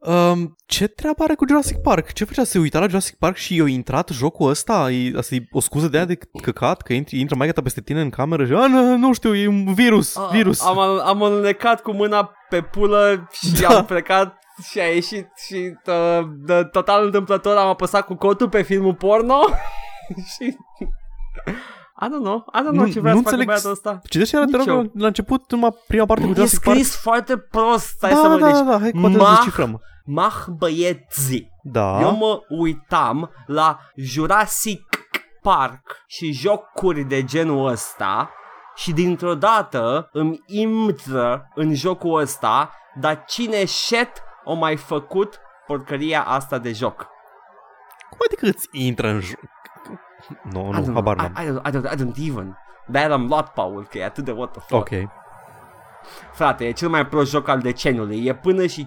[SPEAKER 2] Um, ce treabă are cu Jurassic Park? Ce făcea? Se uita la Jurassic Park și i-a intrat jocul ăsta? E, asta e o scuză de aia de căcat? Că intri, intră mai ta peste tine în cameră și... A, nu, nu știu, e un virus,
[SPEAKER 1] A,
[SPEAKER 2] virus.
[SPEAKER 1] Am, am alunecat cu mâna pe pulă și
[SPEAKER 2] Da.
[SPEAKER 1] am plecat și a ieșit și tă, de, total întâmplător am apăsat cu cotul pe filmul porno și... I don't know, I don't
[SPEAKER 2] Nu-
[SPEAKER 1] know ce vrea
[SPEAKER 2] nu
[SPEAKER 1] să facă
[SPEAKER 2] înțeleg
[SPEAKER 1] băiatul ăsta.
[SPEAKER 2] Citește era, te
[SPEAKER 1] Nici
[SPEAKER 2] rog,
[SPEAKER 1] eu.
[SPEAKER 2] la început, numai prima parte cu
[SPEAKER 1] E
[SPEAKER 2] Jurassic Park.
[SPEAKER 1] scris foarte prost, stai să
[SPEAKER 2] Da, da,
[SPEAKER 1] mă
[SPEAKER 2] da,
[SPEAKER 1] deci.
[SPEAKER 2] da, hai cu atât
[SPEAKER 1] Mah-
[SPEAKER 2] descifrăm.
[SPEAKER 1] Mah băieții.
[SPEAKER 2] Da,
[SPEAKER 1] Eu mă uitam la Jurassic Park și jocuri de genul ăsta și dintr-o dată îmi intră în jocul ăsta, dar cine șet o mai făcut porcăria asta de joc?
[SPEAKER 2] Cum adică îți intră în joc? Nu,
[SPEAKER 1] I don't
[SPEAKER 2] nu,
[SPEAKER 1] know,
[SPEAKER 2] habar
[SPEAKER 1] I,
[SPEAKER 2] n-am.
[SPEAKER 1] I, don't, I, don't, I don't even. De-aia l-am luat, Paul, că e atât de what the fuck.
[SPEAKER 2] Ok. Uh,
[SPEAKER 1] Frate, e cel mai prost joc al deceniului. E până și...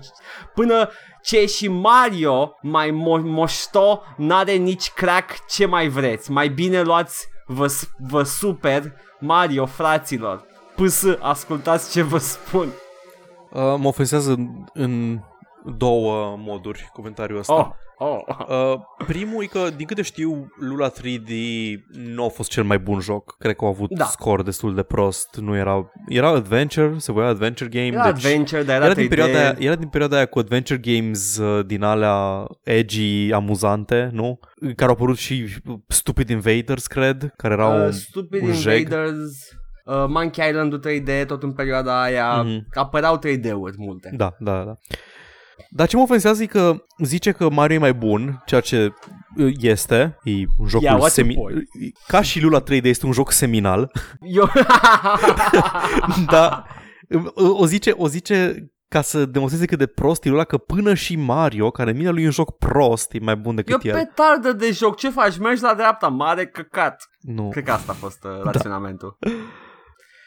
[SPEAKER 1] Până ce și Mario mai mo- moșto, n-are nici crack ce mai vreți. Mai bine luați vă, s- vă super Mario, fraților. Pâs, ascultați ce vă spun.
[SPEAKER 2] Uh, mă ofensează în, în două moduri comentariul ăsta.
[SPEAKER 1] Oh, oh.
[SPEAKER 2] Uh, primul e că, din câte știu, Lula 3D nu a fost cel mai bun joc. Cred că a avut
[SPEAKER 1] Da.
[SPEAKER 2] scor destul de prost. Nu era... Era adventure, se voia adventure game.
[SPEAKER 1] Era
[SPEAKER 2] deci...
[SPEAKER 1] adventure, dar era,
[SPEAKER 2] Era din,
[SPEAKER 1] 3D.
[SPEAKER 2] perioada aia, era din perioada aia cu adventure games uh, din alea edgy, amuzante, nu? Care au apărut și Stupid Invaders, cred, care erau...
[SPEAKER 1] Uh,
[SPEAKER 2] Uh,
[SPEAKER 1] Stupid
[SPEAKER 2] un jeg.
[SPEAKER 1] Invaders, uh, Monkey Island 3D, tot în perioada aia.
[SPEAKER 2] Mhm.
[SPEAKER 1] Apăreau 3D-uri multe.
[SPEAKER 2] da, da, da. Dar ce mă ofensează e că zice că Mario e mai bun, ceea ce uh, este, e un joc
[SPEAKER 1] Yeah, what's the
[SPEAKER 2] semi...
[SPEAKER 1] point?
[SPEAKER 2] Ca și Lula 3D este un joc seminal,
[SPEAKER 1] Eu...
[SPEAKER 2] da. O zice, o zice ca să demonstreze cât de prost e Lula, că până și Mario, care în mine lui e un joc prost, e mai bun
[SPEAKER 1] E o
[SPEAKER 2] decât el.
[SPEAKER 1] petardă de joc, ce faci? Mergi la dreapta, mare căcat.
[SPEAKER 2] Nu.
[SPEAKER 1] Cred că asta a fost
[SPEAKER 2] Da.
[SPEAKER 1] uh, raționamentul.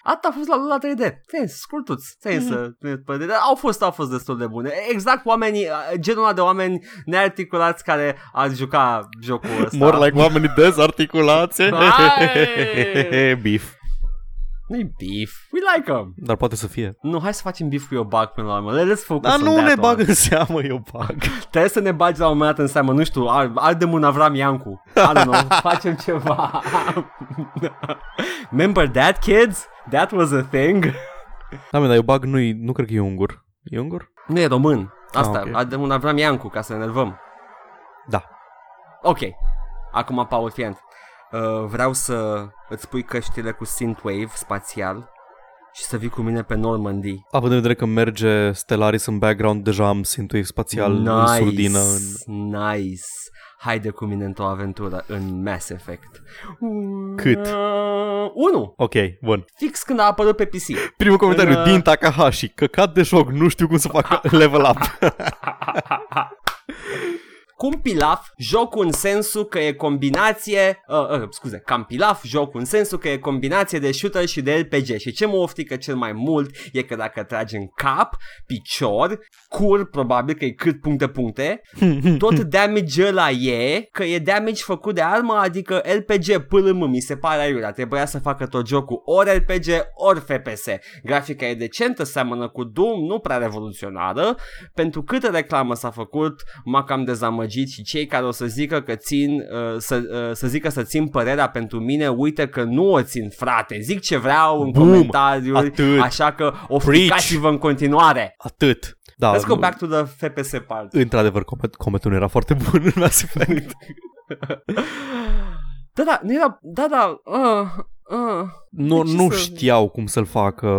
[SPEAKER 1] Asta a fost la Lula 3D. Sens, scurtuț. Sens,
[SPEAKER 2] Mhm.
[SPEAKER 1] mm-hmm. au fost, au fost destul de bune. Exact oamenii, uh, genul ăla de oameni nearticulați care ar juca jocul ăsta.
[SPEAKER 2] Mor like oamenii dezarticulați.
[SPEAKER 1] Hai!
[SPEAKER 2] Bif.
[SPEAKER 1] Nu-i beef. We like them.
[SPEAKER 2] Dar poate să fie.
[SPEAKER 1] Nu, hai să facem beef cu eu bag până la urmă. Let's focus
[SPEAKER 2] Dar
[SPEAKER 1] on
[SPEAKER 2] Da, nu
[SPEAKER 1] that
[SPEAKER 2] ne
[SPEAKER 1] one.
[SPEAKER 2] bag în seamă, eu bag.
[SPEAKER 1] Trebuie să ne bagi la un moment dat în seamă, nu știu, ar, ar de mână Avram Iancu. I don't know, facem ceva. Remember that, kids? That was a thing?
[SPEAKER 2] Da, mă, dar eu bag nu, nu cred că e ungur. E ungur?
[SPEAKER 1] Nu e român. Asta,
[SPEAKER 2] Ah,
[SPEAKER 1] ah,
[SPEAKER 2] ok.
[SPEAKER 1] okay. de mână Avram Iancu, ca să ne enervăm.
[SPEAKER 2] Da.
[SPEAKER 1] Ok, acum Paul Fiant. Uh, vreau să îți pui căștile cu synthwave spațial și să vii cu mine pe Normandy.
[SPEAKER 2] Având în vedere că merge Stellaris în background, deja am simtul spațial în
[SPEAKER 1] nice,
[SPEAKER 2] surdină. În...
[SPEAKER 1] Nice. Haide cu mine într-o aventură în Mass Effect.
[SPEAKER 2] Cât?
[SPEAKER 1] Uh, 1.
[SPEAKER 2] Ok, bun.
[SPEAKER 1] fix când a apărut pe PC.
[SPEAKER 2] Primul comentariu
[SPEAKER 1] În, uh,
[SPEAKER 2] din Takahashi. Căcat de joc, nu știu cum să fac level up.
[SPEAKER 1] Cum pilaf, jocul în sensul că e combinație, uh, uh, scuze, cam pilaf, jocul în sensul că e combinație de shooter și de RPG. Și ce mă oftică cel mai mult e că dacă tragi în cap, picior, cur, probabil că e cât puncte-puncte, tot damage ăla e, că e damage făcut de armă, adică RPG PLM, mi se pare aiurea, trebuia să facă tot jocul ori RPG, ori FPS. Grafica e decentă, seamănă cu Doom, nu prea revoluționară, pentru câtă reclamă s-a făcut, m-a cam dezamăgit și cei care o să zică că țin, uh, să, uh, să zică să țin părerea pentru mine, uite că nu o țin, frate, zic ce vreau în
[SPEAKER 2] Boom!
[SPEAKER 1] comentariuri,
[SPEAKER 2] Atât.
[SPEAKER 1] așa că ofticați-vă în continuare.
[SPEAKER 2] Atât. Da,
[SPEAKER 1] Let's go
[SPEAKER 2] nu-
[SPEAKER 1] back to the FPS part.
[SPEAKER 2] Într-adevăr, comet, cometul nu era foarte bun în Mass Effect.
[SPEAKER 1] Da, da, nu era... Da, da... Uh, uh.
[SPEAKER 2] Nu,
[SPEAKER 1] De ce
[SPEAKER 2] nu
[SPEAKER 1] să-
[SPEAKER 2] știau cum să-l facă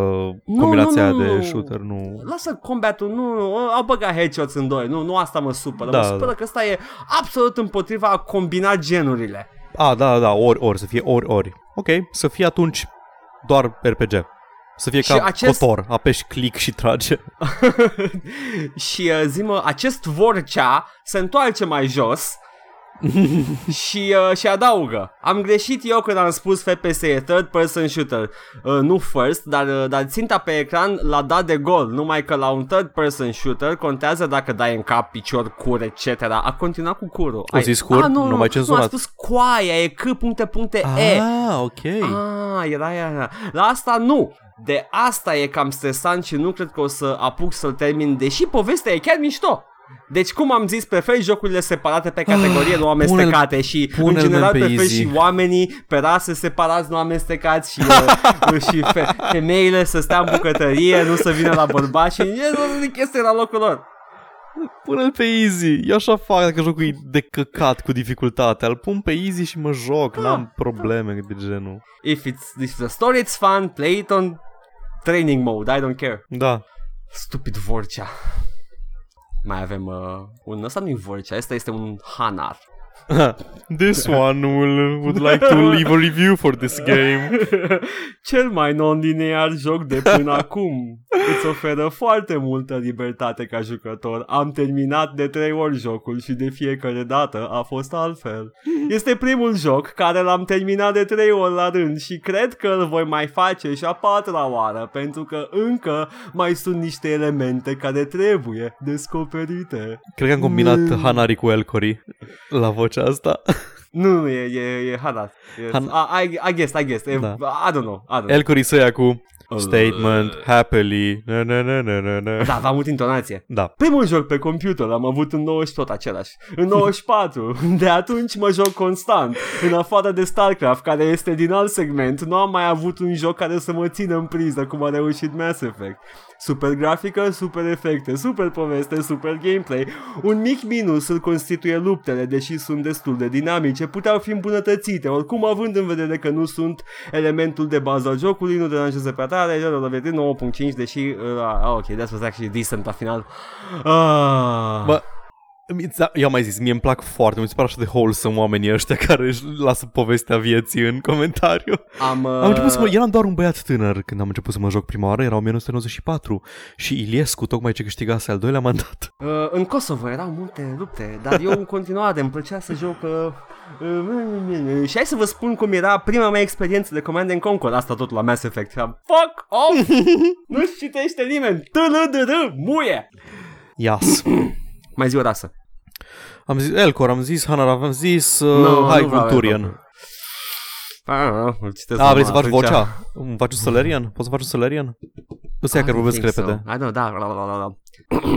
[SPEAKER 2] combinația
[SPEAKER 1] nu, nu, nu.
[SPEAKER 2] de shooter, nu.
[SPEAKER 1] Lasă combatul, nu, nu, au băgat headshots în doi, nu, nu asta mă supără, da,
[SPEAKER 2] Da,
[SPEAKER 1] mă supără
[SPEAKER 2] da.
[SPEAKER 1] că asta e absolut împotriva a combina genurile.
[SPEAKER 2] A, da, da, ori, ori, să fie ori, ori. Ok, să fie atunci doar RPG. Să fie
[SPEAKER 1] Și
[SPEAKER 2] ca
[SPEAKER 1] acest-
[SPEAKER 2] acest... cotor, apeși click și trage.
[SPEAKER 1] și uh, zimă, acest vorcea se întoarce mai jos și, uh, și adaugă. Am greșit eu când am spus FPS e third person shooter, uh, nu first, dar, uh, dar ținta pe ecran l-a dat de gol, numai că la un third person shooter contează dacă dai în cap, picior, cur, etc. A continuat cu curul.
[SPEAKER 2] O zis cur?
[SPEAKER 1] A,
[SPEAKER 2] Nu
[SPEAKER 1] nu,
[SPEAKER 2] mai
[SPEAKER 1] nu,
[SPEAKER 2] cenzurat.
[SPEAKER 1] a spus coaia, e c, puncte, puncte, e.
[SPEAKER 2] Ah, ok.
[SPEAKER 1] Ah, era, era, era. La asta nu. De asta e cam stresant și nu cred că o să apuc să-l termin, deși povestea e chiar mișto. Deci, cum am zis, prefer jocurile separate pe categorie, nu amestecate și, în
[SPEAKER 2] Ah, pune-l,
[SPEAKER 1] general,
[SPEAKER 2] man, pe
[SPEAKER 1] prefer
[SPEAKER 2] easy.
[SPEAKER 1] și oamenii pe rase separați, nu amestecați și, uh, și fe- femeile să stea în bucătărie, nu să vină la bărbați și e, nu zic este la locul lor.
[SPEAKER 2] Pune-l pe easy. Eu așa fac dacă jocul e de căcat cu dificultate. Îl pun pe easy și mă joc,
[SPEAKER 1] Ah.
[SPEAKER 2] n-am probleme de genul.
[SPEAKER 1] If it's, if the story it's fun, play it on training mode, I don't care.
[SPEAKER 2] Da.
[SPEAKER 1] Stupid Vorcea. Mai avem uh, un ăsta nu-i Vorcea, ăsta este un Hanar.
[SPEAKER 2] This one will, would like to leave a review for this game.
[SPEAKER 1] Cel mai non-linear joc de până acum. Îți oferă foarte multă libertate ca jucător. Am terminat de trei ori jocul și de fiecare dată a fost altfel. Este primul joc care l-am terminat de trei ori la rând și cred că îl voi mai face și a patra oară pentru că încă mai sunt niște elemente care trebuie descoperite.
[SPEAKER 2] Cred că am combinat Hanari cu Elcori la vocea asta.
[SPEAKER 1] Nu, nu, e, e, e Hanat. Yes.
[SPEAKER 2] Han-
[SPEAKER 1] I, I, I guess, I guess.
[SPEAKER 2] Da.
[SPEAKER 1] Da. I don't know. I don't know.
[SPEAKER 2] Elcori să ia cu statement happily. Na, na, na, na, na, na.
[SPEAKER 1] Da, v-am avut intonație.
[SPEAKER 2] Da.
[SPEAKER 1] Primul joc pe computer l-am avut în 90 tot același. În 94. De atunci mă joc constant. În afară de StarCraft, care este din alt segment, nu am mai avut un joc care să mă țină în priză cum a reușit Mass Effect. Super grafică, super efecte, super poveste, super gameplay. Un mic minus îl constituie luptele, deși sunt destul de dinamice, puteau fi îmbunătățite, oricum având în vedere că nu sunt elementul de bază al jocului, nu deranjează prea tare, la la 9.5, deși... Uh, ah, ok, that was actually decent la final. Ah.
[SPEAKER 2] Bă, mi- da, eu am mai zis, mie îmi plac foarte, mi se pare așa de wholesome oamenii ăștia care își lasă povestea vieții în comentariu.
[SPEAKER 1] am, uh,
[SPEAKER 2] Am început să mă, eram doar un băiat tânăr când am început să mă joc prima oară, era 1994 și Iliescu tocmai ce câștigase al doilea mandat.
[SPEAKER 1] Uh, în Kosovo erau multe lupte, dar eu în continuare îmi plăcea să joc... Uh, uh, și hai să vă spun cum era prima mea experiență de Command and Conquer, asta tot la Mass Effect. Am, Fuck off! Nu-și citește nimeni! TLDR, muie!
[SPEAKER 2] Ias.
[SPEAKER 1] Mai zi o rasă.
[SPEAKER 2] Am zis Elcor, am zis Hanar, am zis uh,
[SPEAKER 1] Nu,
[SPEAKER 2] no, hai
[SPEAKER 1] nu vreau
[SPEAKER 2] cu Turian.
[SPEAKER 1] Ah, îl citesc
[SPEAKER 2] A,
[SPEAKER 1] acum,
[SPEAKER 2] Da, vrei să faci
[SPEAKER 1] atunci.
[SPEAKER 2] vocea? Îmi faci un Solarian? Poți să faci un Solarian? Îți ia că
[SPEAKER 1] I don't
[SPEAKER 2] vorbesc
[SPEAKER 1] think so.
[SPEAKER 2] repede.
[SPEAKER 1] I don't, da, la, la, la, la.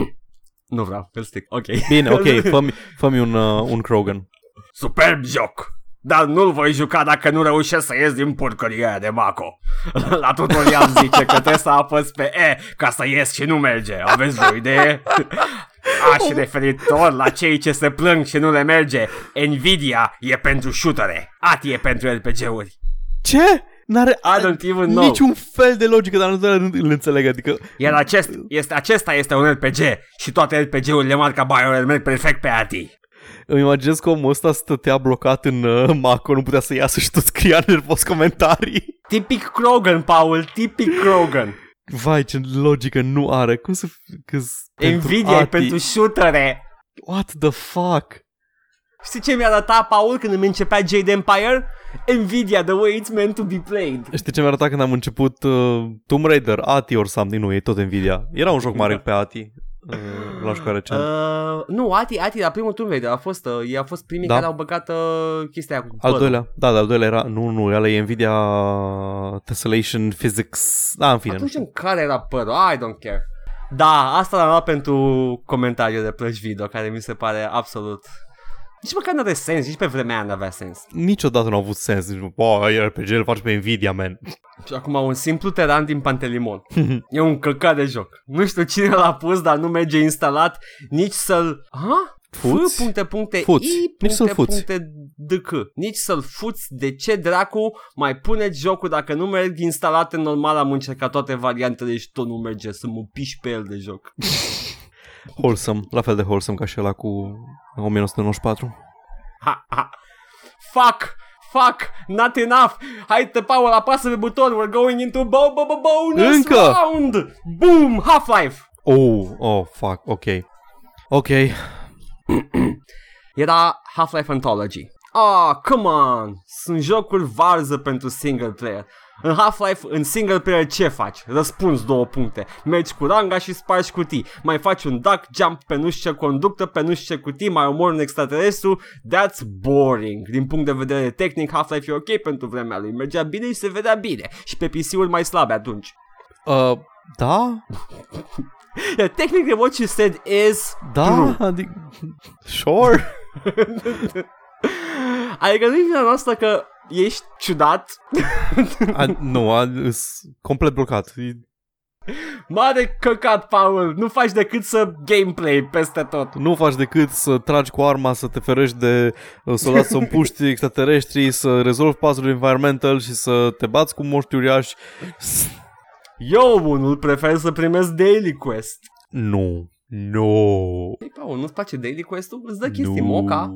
[SPEAKER 1] Nu vreau, îl stic. Ok.
[SPEAKER 2] Bine, ok, fă-mi, fă-mi un, uh, un Krogan.
[SPEAKER 1] Superb joc! Dar nu-l voi juca dacă nu reușesc să ies din porcăria aia de Mako. La tutorial zice că trebuie să apăs pe E ca să ies și nu merge. Aveți o idee? A, și referitor la cei ce se plâng și nu le merge, Nvidia e pentru shootere, ATI e pentru RPG-uri.
[SPEAKER 2] Ce? N-are
[SPEAKER 1] I don't even know.
[SPEAKER 2] niciun fel de logică, dar nu îl înțeleg, adică...
[SPEAKER 1] Iar acest, este, acesta este un RPG și toate RPG-urile marca BioWare merg perfect pe ATI.
[SPEAKER 2] Îmi imaginez că omul ăsta stătea blocat în uh, Maco, nu putea să iasă și tot scria nervos comentarii.
[SPEAKER 1] Tipic Krogan, Paul, tipic Krogan.
[SPEAKER 2] Vai, ce logică nu are. Cum să... f- Că
[SPEAKER 1] Nvidia e pentru shootere.
[SPEAKER 2] What the fuck?
[SPEAKER 1] Știi ce mi-a arătat Paul când îmi începea Jade Empire? Nvidia, the way it's meant to be played.
[SPEAKER 2] Știi ce mi-a arătat când am început uh, Tomb Raider, ATI or something? Nu, e tot Nvidia. Era un joc mare pe ATI. Uh, la jucare recent.
[SPEAKER 1] Uh, nu, Ati, Ati, la primul Tomb Raider a fost, uh, ei au fost primii
[SPEAKER 2] Da.
[SPEAKER 1] care au băgat uh, chestia aia cu
[SPEAKER 2] Al
[SPEAKER 1] părul.
[SPEAKER 2] doilea, da, da, al doilea era, nu, nu, ăla e Nvidia uh, Tessellation Physics, da, în fine.
[SPEAKER 1] Atunci în care era părul? I don't care. Da, asta l-am luat pentru comentariul de plăci video, care mi se pare absolut... Nici măcar nu are sens, nici pe vremea aia nu avea sens.
[SPEAKER 2] Niciodată nu a avut sens. Deci, Bă, e RPG îl faci pe Nvidia, man.
[SPEAKER 1] Și acum un simplu teran din Pantelimon. e un căcat de joc. Nu știu cine l-a pus, dar nu merge instalat nici să-l... Ha?
[SPEAKER 2] Fuți?
[SPEAKER 1] F, puncte, puncte,
[SPEAKER 2] Fuți.
[SPEAKER 1] I, puncte,
[SPEAKER 2] Nici să-l fuți.
[SPEAKER 1] puncte, DK. Nici să-l fuți. De ce dracu mai puneți jocul dacă nu merg instalat în normal? Am încercat toate variantele și tot nu merge să mă piși pe el de joc.
[SPEAKER 2] Wholesome, la fel de wholesome ca și ăla cu 1994.
[SPEAKER 1] Ha, ha. Fuck! Fuck! Not enough! Hai, tă, Paul, apasă pe buton! We're going into bo bo bo bonus
[SPEAKER 2] Încă!
[SPEAKER 1] round! Boom! Half-Life!
[SPEAKER 2] Oh, oh, fuck, ok. Ok,
[SPEAKER 1] era Half-Life Anthology. Oh, come on! Sunt jocuri varză pentru single player. În Half-Life, în single player, ce faci? Răspunzi două puncte. Mergi cu ranga și spargi cutii. Mai faci un duck jump pe nu știu ce conductă, pe nu știu ce cutii, mai omori un extraterestru. That's boring. Din punct de vedere tehnic, Half-Life e ok pentru vremea lui. Mergea bine și se vedea bine. Și pe PC-uri mai slabe atunci.
[SPEAKER 2] uh, da,
[SPEAKER 1] Yeah, Technically, what you said is
[SPEAKER 2] da, adică, sure.
[SPEAKER 1] Adică nu e vina noastră că ești ciudat
[SPEAKER 2] A, nu, a, îs complet blocat. E-
[SPEAKER 1] Mare căcat, Paul! Nu faci decât să gameplay peste tot.
[SPEAKER 2] Nu faci decât să tragi cu arma, să te ferești de uh, soldați, să împuști extraterestrii, să rezolvi puzzle environmental și să te bați cu moști uriași. S-
[SPEAKER 1] Eu, unul, prefer să primesc daily quest.
[SPEAKER 2] Nu, nu.
[SPEAKER 1] Păi, Ei, Paul, nu-ți place daily quest-ul? Îți dă
[SPEAKER 2] Nu.
[SPEAKER 1] chestii, moca.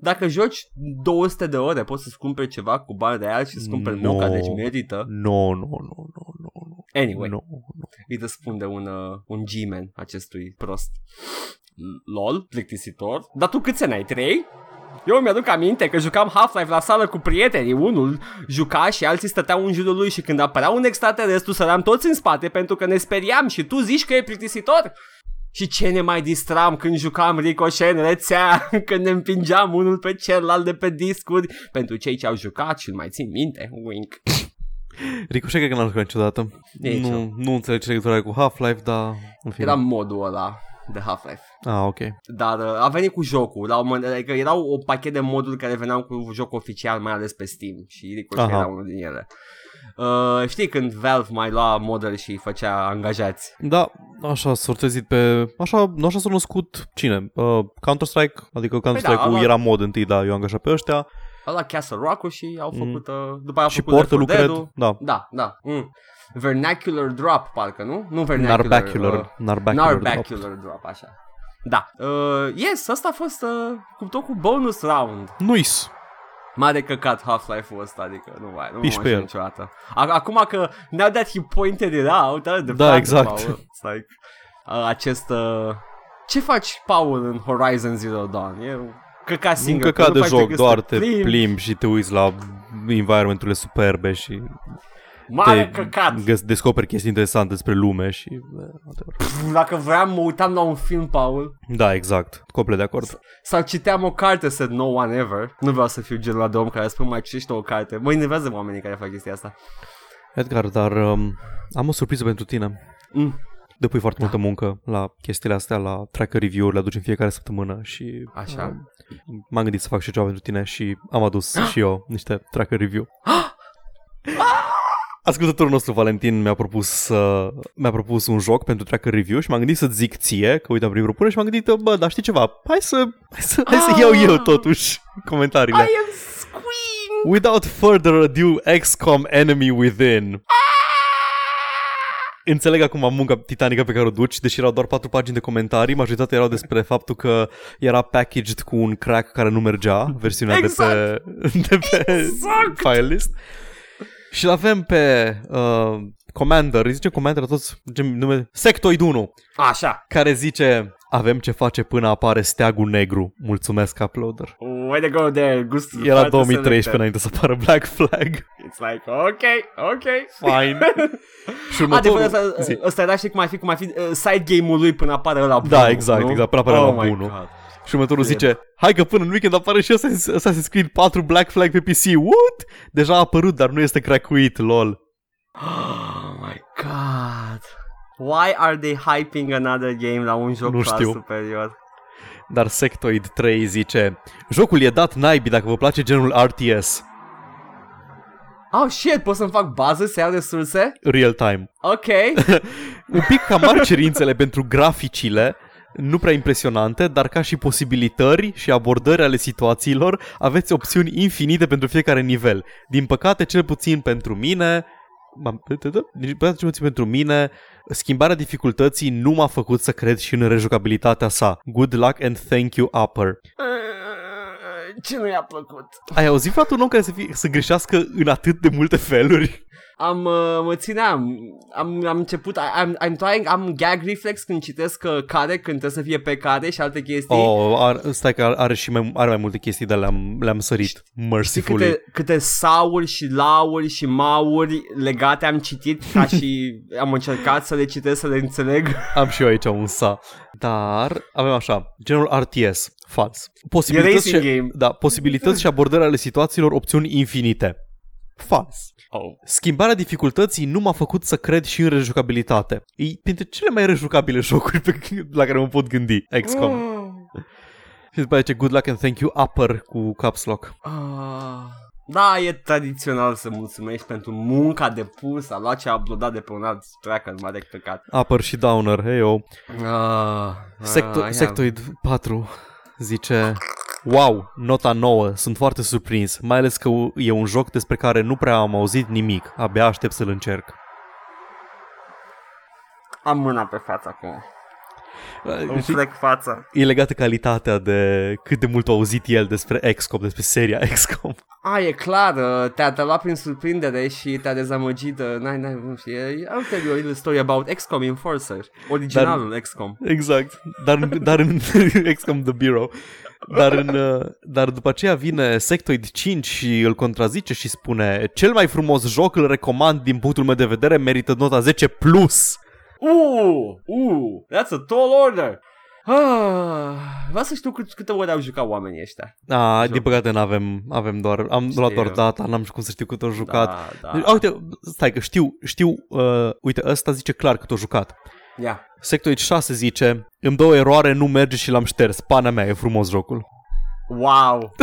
[SPEAKER 1] dacă joci 200 de ore, poți să-ți cumperi ceva cu bani real și să-ți cumperi
[SPEAKER 2] No.
[SPEAKER 1] moca, deci merită.
[SPEAKER 2] No, no, no, no, no, no.
[SPEAKER 1] Anyway,
[SPEAKER 2] No,
[SPEAKER 1] îi răspunde un, uh, un G-man acestui prost. LOL, plictisitor. Dar tu câți ani ai? Trei? Eu mi-aduc aminte că jucam Half-Life la sală cu prietenii. Unul juca și alții stăteau în jurul lui și când apărea un extraterestru săram toți în spate pentru că ne speriam și tu zici că e plictisitor? Și ce ne mai distram când jucam ricochet în rețea, când ne împingeam unul pe celălalt de pe discuri, pentru cei ce au jucat și îl mai țin minte, wink.
[SPEAKER 2] Ricochet cred că n-am jucat niciodată.
[SPEAKER 1] Nici
[SPEAKER 2] Nu, nu înțeleg ce legătură are cu Half-Life, dar în fine.
[SPEAKER 1] Era modul ăla de Half-Life.
[SPEAKER 2] Ah, ok.
[SPEAKER 1] Dar uh, a venit cu jocul, la un moment, adică erau o pachet de moduri care veneau cu jocul oficial, mai ales pe Steam și Ricochet
[SPEAKER 2] Aha.
[SPEAKER 1] era unul din ele. Uh, știi când Valve mai lua moduri și îi făcea angajați?
[SPEAKER 2] Da, așa s-a sortezit pe... Așa, nu așa s-a născut cine? Uh, Counter-Strike? Adică Counter-Strike-ul
[SPEAKER 1] ala-
[SPEAKER 2] era mod întâi, da, eu am angajat pe ăștia.
[SPEAKER 1] Au luat Castle Rock-ul și au făcut, uh, după aia au
[SPEAKER 2] Mm. și
[SPEAKER 1] făcut Left 4
[SPEAKER 2] portul cred.
[SPEAKER 1] Dead-ul.
[SPEAKER 2] Da.
[SPEAKER 1] Da, da. Mm. Vernacular Drop, parcă, nu? Nu Vernacular. uh,
[SPEAKER 2] Narbacular. Narbacular. da.
[SPEAKER 1] Narbacular Drop, așa. Da. Uh, yes, asta a fost uh, cu tot cu bonus round.
[SPEAKER 2] Nice.
[SPEAKER 1] Mare căcat Half-Life-ul ăsta, adică nu mai, nu mai
[SPEAKER 2] Piși pe
[SPEAKER 1] știu
[SPEAKER 2] el.
[SPEAKER 1] niciodată. A- Acum că now that he pointed it out, uh, de
[SPEAKER 2] Da,
[SPEAKER 1] fapt,
[SPEAKER 2] exact.
[SPEAKER 1] Paul, it's like, uh, acest... Uh, ce faci, Paul, în Horizon Zero Dawn? E un căcat
[SPEAKER 2] Un
[SPEAKER 1] singur.
[SPEAKER 2] căcat
[SPEAKER 1] că nu
[SPEAKER 2] de
[SPEAKER 1] faci
[SPEAKER 2] joc,
[SPEAKER 1] decât să
[SPEAKER 2] doar te
[SPEAKER 1] plimbi.
[SPEAKER 2] plimbi și te uiți la environmenturile superbe și
[SPEAKER 1] Mare
[SPEAKER 2] te
[SPEAKER 1] căcat!
[SPEAKER 2] găs- descoperi chestii interesante despre lume și... eh, whatever.
[SPEAKER 1] Pf, Dacă vreau, mă uitam la un film, Paul.
[SPEAKER 2] Da, exact. Complet de acord.
[SPEAKER 1] Sau citeam o carte, said no one ever. Nu vreau să fiu genul ăla de om care spune mai citește o carte. Mă enervează oamenii care fac chestia asta.
[SPEAKER 2] Edgar, dar um, am o surpriză pentru tine.
[SPEAKER 1] Mm.
[SPEAKER 2] Depui foarte multă muncă la chestiile astea, la tracker review-uri, le aduci în fiecare săptămână și
[SPEAKER 1] Așa.
[SPEAKER 2] um, m-am gândit să fac și ceva pentru tine și am adus și eu niște tracker review. Ascultătorul nostru Valentin mi-a propus să mi-a propus un joc pentru tracker review și m-am gândit să zic ție, că uite am primit propunere și m-am gândit, bă, dar știi ceva, hai să, hai să, hai
[SPEAKER 1] Ah!
[SPEAKER 2] să iau eu totuși
[SPEAKER 1] I
[SPEAKER 2] comentariile.
[SPEAKER 1] am squeam!
[SPEAKER 2] Without further ado, XCOM Enemy Within. Înțeleg acum munca titanică pe care o duci, deși erau doar patru pagini de comentarii, majoritatea erau despre faptul că era packaged cu un crack care nu mergea, versiunea
[SPEAKER 1] Exact.
[SPEAKER 2] de pe, de pe
[SPEAKER 1] Exact.
[SPEAKER 2] file list. Și avem pe uh, Commander, îi zice Commander la toți, zicem nume, Sectoid 1,
[SPEAKER 1] Așa.
[SPEAKER 2] care zice avem ce face până apare steagul negru. Mulțumesc, uploader.
[SPEAKER 1] Way to go there, gust.
[SPEAKER 2] Era 2013 înainte să apară Black Flag.
[SPEAKER 1] It's like, ok, ok.
[SPEAKER 2] Fine. și
[SPEAKER 1] Adevărat,
[SPEAKER 2] următorul...
[SPEAKER 1] ăsta, uh, ă,
[SPEAKER 2] zi.
[SPEAKER 1] ăsta era și cum ar fi, cum ar fi uh, side game-ul lui până apare ăla bun,
[SPEAKER 2] Da, exact,
[SPEAKER 1] nu? Oh
[SPEAKER 2] exact, până apare ăla
[SPEAKER 1] my
[SPEAKER 2] bunul.
[SPEAKER 1] God.
[SPEAKER 2] Și următorul
[SPEAKER 1] Cred.
[SPEAKER 2] zice, hai că până în weekend apare și Assassin's Assassin's Creed 4 Black Flag pe PC. What? Deja a apărut, dar nu este cracuit, lol.
[SPEAKER 1] Oh my god. Why are they hyping another game la un joc
[SPEAKER 2] Nu
[SPEAKER 1] clar
[SPEAKER 2] știu.
[SPEAKER 1] superior?
[SPEAKER 2] Dar Sectoid 3 zice, jocul e dat naibii dacă vă place genul RTS.
[SPEAKER 1] Oh shit, pot să-mi fac bază să iau resurse?
[SPEAKER 2] Real time.
[SPEAKER 1] Ok.
[SPEAKER 2] Un pic cam mari cerințele pentru graficile, nu prea impresionante, dar ca și posibilitări și abordări ale situațiilor, aveți opțiuni infinite pentru fiecare nivel. Din păcate, cel puțin pentru mine, m-am- din păcate, cel puțin pentru mine, schimbarea dificultății nu m-a făcut să cred și în rejocabilitatea sa. Good luck and thank you, Upper.
[SPEAKER 1] Ce nu i-a plăcut?
[SPEAKER 2] Ai auzit vreodată un om care să, fie, să greșească în atât de multe feluri?
[SPEAKER 1] Am, uh, mă țineam, am, am început, I- I'm, I'm trying, am gag reflex când citesc uh, care, când trebuie să fie pe care și alte chestii.
[SPEAKER 2] Oh, ar, stai că are și mai, are mai multe chestii, dar le-am, le-am sărit.
[SPEAKER 1] Știi
[SPEAKER 2] Mercifully.
[SPEAKER 1] câte, câte sauri și lauri și mauri legate am citit ca și am încercat să le citesc, să le înțeleg.
[SPEAKER 2] Am și eu aici un sa. Dar avem așa, genul RTS, fals. Posibilități
[SPEAKER 1] racing
[SPEAKER 2] și,
[SPEAKER 1] game.
[SPEAKER 2] da, posibilități și abordări ale situațiilor, opțiuni infinite. Fals.
[SPEAKER 1] Oh.
[SPEAKER 2] Schimbarea dificultății nu m-a făcut să cred și în rejucabilitate. E printre cele mai rejucabile jocuri pe, la care mă pot gândi. XCOM. Mm. Și după aceea zice, good luck and thank you, upper, cu caps lock.
[SPEAKER 1] Ah. Da, e tradițional să mulțumești pentru munca depusă, a luat ce a uploadat de pe un alt tracker, mai de căcat.
[SPEAKER 2] Upper și downer, hey yo.
[SPEAKER 1] Ah,
[SPEAKER 2] Secto-
[SPEAKER 1] ah,
[SPEAKER 2] Sectoid 4 zice Wow, nota 9, sunt foarte surprins, mai ales că u- e un joc despre care nu prea am auzit nimic, abia aștept să-l încerc.
[SPEAKER 1] Am mâna pe față acum. Îmi frec fața.
[SPEAKER 2] E legată calitatea de cât de mult a auzit el despre XCOM, despre seria XCOM.
[SPEAKER 1] A, e clar, uh, te-a, te-a luat prin surprindere și te-a dezamăgit. uh, N-ai, n-ai, nu știu, e- I'll tell you a little story about XCOM Enforcer, originalul XCOM.
[SPEAKER 2] Exact, dar, în- dar în XCOM The Bureau. Dar, în, uh, dar după aceea vine Sectoid 5 și îl contrazice și spune Cel mai frumos joc îl recomand din punctul meu de vedere, merită nota 10 plus.
[SPEAKER 1] Uuu, uuu, that's a tall order. Ah, vreau să știu cât, câte ori au jucat oamenii ăștia.
[SPEAKER 2] A,
[SPEAKER 1] Joc.
[SPEAKER 2] din păcate n-avem, avem doar, am
[SPEAKER 1] Știu.
[SPEAKER 2] luat doar data, n-am știut cum să știu cât o jucat.
[SPEAKER 1] Da, da.
[SPEAKER 2] Deci, a, uite, stai că știu, știu, uh, uite, ăsta zice clar cât o jucat.
[SPEAKER 1] Ia.
[SPEAKER 2] Sectoid 6 zice, îmi dă o eroare, nu merge și l-am șters, pana mea, e frumos jocul.
[SPEAKER 1] Wow!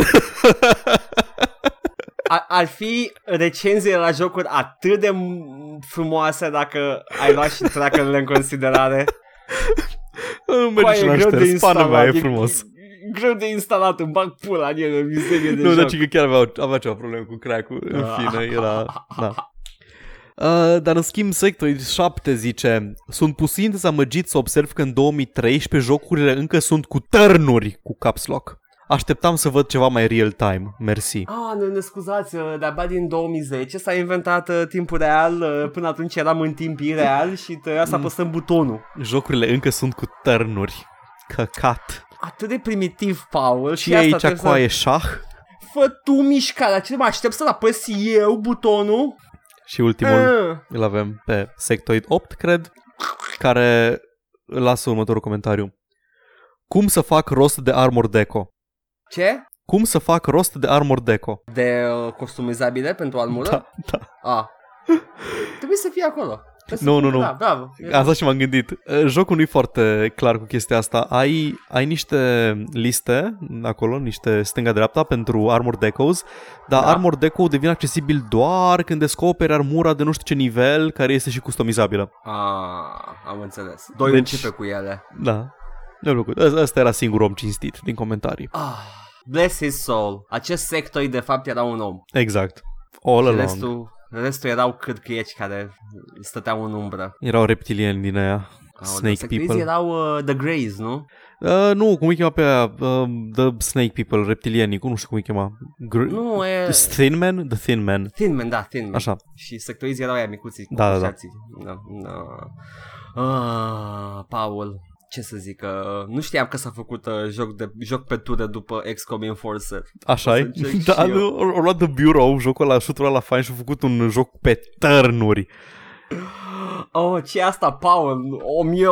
[SPEAKER 1] Ar, ar fi recenziile la jocuri atât de m- frumoase dacă ai luat și tracker în considerare. Păi,
[SPEAKER 2] Nu
[SPEAKER 1] Bă,
[SPEAKER 2] merge și l-am șters, pana mea, e
[SPEAKER 1] e-
[SPEAKER 2] frumos.
[SPEAKER 1] e greu de instalat, îmi bag pula în el, în mizerie de
[SPEAKER 2] Nu, deci
[SPEAKER 1] joc.
[SPEAKER 2] dar ci că chiar avea, avea ceva probleme cu crack-ul, în
[SPEAKER 1] Da.
[SPEAKER 2] fine, era, da. Uh, dar în schimb Sectoid 7 zice Sunt puțin dezamăgit să observ că în 2013 jocurile încă sunt cu tărnuri cu caps lock Așteptam să văd ceva mai real-time, mersi
[SPEAKER 1] Ah, nu ne scuzați, uh, de-abia din 2010 s-a inventat uh, timpul real, uh, până atunci eram în timp ireal și uh, trebuia
[SPEAKER 2] Mm.
[SPEAKER 1] să apăsăm butonul.
[SPEAKER 2] Jocurile încă sunt cu tărnuri Căcat
[SPEAKER 1] Atât de primitiv, Paul.
[SPEAKER 2] Și e
[SPEAKER 1] asta
[SPEAKER 2] aici
[SPEAKER 1] trebuie să-
[SPEAKER 2] coaie șah
[SPEAKER 1] Fă tu mișcarea, ce mă aștept să-l apăs eu butonul?
[SPEAKER 2] Și ultimul
[SPEAKER 1] Ah.
[SPEAKER 2] îl avem pe Sectoid 8, cred Care lasă următorul comentariu Cum să fac rost de Armor Deco?
[SPEAKER 1] Ce?
[SPEAKER 2] Cum să fac rost de Armor Deco?
[SPEAKER 1] De uh, costumizabile pentru armură?
[SPEAKER 2] Da, da.
[SPEAKER 1] A. Trebuie să fie acolo. Trebuie să
[SPEAKER 2] Nu,
[SPEAKER 1] fie-
[SPEAKER 2] nu, nu.
[SPEAKER 1] Da, bravo.
[SPEAKER 2] Asta și m-am gândit. Uh, Jocul nu-i foarte clar cu chestia asta. Ai, ai niște liste acolo, niște stânga-dreapta pentru Armor Decos, dar
[SPEAKER 1] Da.
[SPEAKER 2] da. Armor Deco devine accesibil doar când descoperi armura de nu știu ce nivel, care este și customizabilă.
[SPEAKER 1] A, Ah, am înțeles. Doi deci...
[SPEAKER 2] Deci-
[SPEAKER 1] începe cu ele.
[SPEAKER 2] Da. Mi-a plăcut. Ăs- Ăsta era singurul om cinstit din comentarii.
[SPEAKER 1] Ah. Bless his soul. Acest sectoi de fapt era un om.
[SPEAKER 2] Exact. All
[SPEAKER 1] Și
[SPEAKER 2] along.
[SPEAKER 1] restul, restul erau cârcâieci care stăteau în umbră.
[SPEAKER 2] Erau reptilieni din aia.
[SPEAKER 1] Aoleu,
[SPEAKER 2] Snake
[SPEAKER 1] sectoizi
[SPEAKER 2] people.
[SPEAKER 1] erau uh, The Greys, nu?
[SPEAKER 2] Uh, nu, cum îi chema pe aia? Uh, the Snake People, reptilienii, nu știu cum îi chema. Gr-
[SPEAKER 1] Nu, e...
[SPEAKER 2] Thin Man? The Thin Man.
[SPEAKER 1] Thin Man, da, Thin Man.
[SPEAKER 2] Așa.
[SPEAKER 1] Și sectorizii erau aia micuții cu
[SPEAKER 2] Da, da, da.
[SPEAKER 1] șații. da. da. Ah, Paul, ce să zic, uh, nu știam că s-a făcut uh, joc, de, joc pe tură după XCOM Enforcer.
[SPEAKER 2] Așa e?
[SPEAKER 1] O să încerc și
[SPEAKER 2] Da,
[SPEAKER 1] eu.
[SPEAKER 2] nu, au au luat de Bureau, jocul ăla, șutul la fain și au făcut un joc pe tărnuri.
[SPEAKER 1] Oh, ce e asta, Paul? 1000,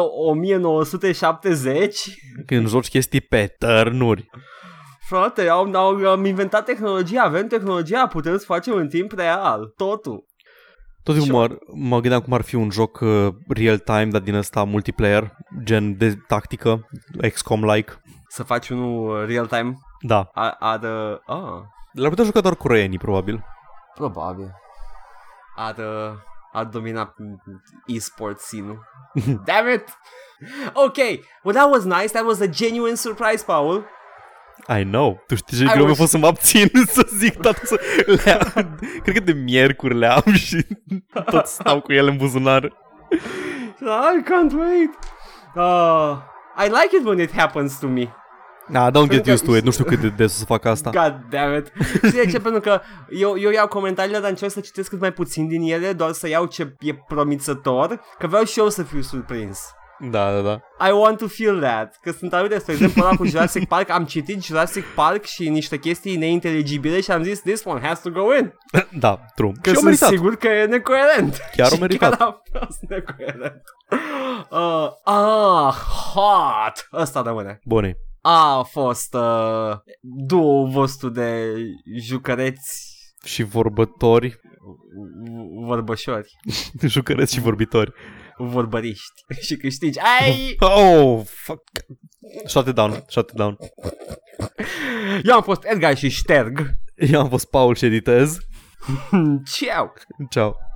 [SPEAKER 1] 1970?
[SPEAKER 2] Când joci chestii pe tărnuri.
[SPEAKER 1] Frate, am, am, am inventat tehnologia, avem tehnologia, putem să facem în timp real, totul.
[SPEAKER 2] Tot timpul
[SPEAKER 1] Sure.
[SPEAKER 2] mă, mă gândeam cum ar fi un joc uh, real-time, dar din ăsta multiplayer, gen de tactică, XCOM-like.
[SPEAKER 1] Să faci unul real-time,
[SPEAKER 2] Da.
[SPEAKER 1] ar... ar uh, ah.
[SPEAKER 2] L-ar putea juca doar coreenii, probabil.
[SPEAKER 1] Probabil. Ar, uh, ar domina e-sport scene Damn it! Okay, well that was nice. That was a genuine surprise, Paul.
[SPEAKER 2] I know. Tu știi ce
[SPEAKER 1] I
[SPEAKER 2] greu mi-a
[SPEAKER 1] was-
[SPEAKER 2] fost să mă abțin să zic toate să le am. Cred că de miercuri le am și tot stau cu ele în buzunar.
[SPEAKER 1] I can't wait. Uh, I like it when it happens to me.
[SPEAKER 2] Ah, don't get
[SPEAKER 1] că-
[SPEAKER 2] used to it. Nu știu cât de des o să fac asta.
[SPEAKER 1] God damn it. Știi de ce? Pentru că eu, eu iau comentariile, dar încerc să citesc cât mai puțin din ele, doar să iau ce e promițător, că vreau și eu să fiu surprins.
[SPEAKER 2] Da, da, da.
[SPEAKER 1] I want to feel that. Că sunt atât de, spre exemplu, ăla cu Jurassic Park, am citit Jurassic Park și niște chestii neinteligibile și am zis, this one has to go in.
[SPEAKER 2] Da, true.
[SPEAKER 1] Că
[SPEAKER 2] și
[SPEAKER 1] sunt
[SPEAKER 2] eu meritat.
[SPEAKER 1] sigur că e necoerent.
[SPEAKER 2] Chiar o
[SPEAKER 1] Și
[SPEAKER 2] meritat.
[SPEAKER 1] Chiar a fost necoerent. Uh, ah, hot. Ăsta rămâne.
[SPEAKER 2] Bune.
[SPEAKER 1] A fost uh, duo vostru de jucăreți
[SPEAKER 2] Și vorbători,
[SPEAKER 1] v- vorbășori,
[SPEAKER 2] jucăreți și vorbitori.
[SPEAKER 1] vorbăriști și câștigi. Ai!
[SPEAKER 2] Oh, fuck. Shut it down, shut it down.
[SPEAKER 1] Eu am fost Edgar și șterg.
[SPEAKER 2] Eu am fost Paul și editez.
[SPEAKER 1] Ciao!
[SPEAKER 2] Ciao.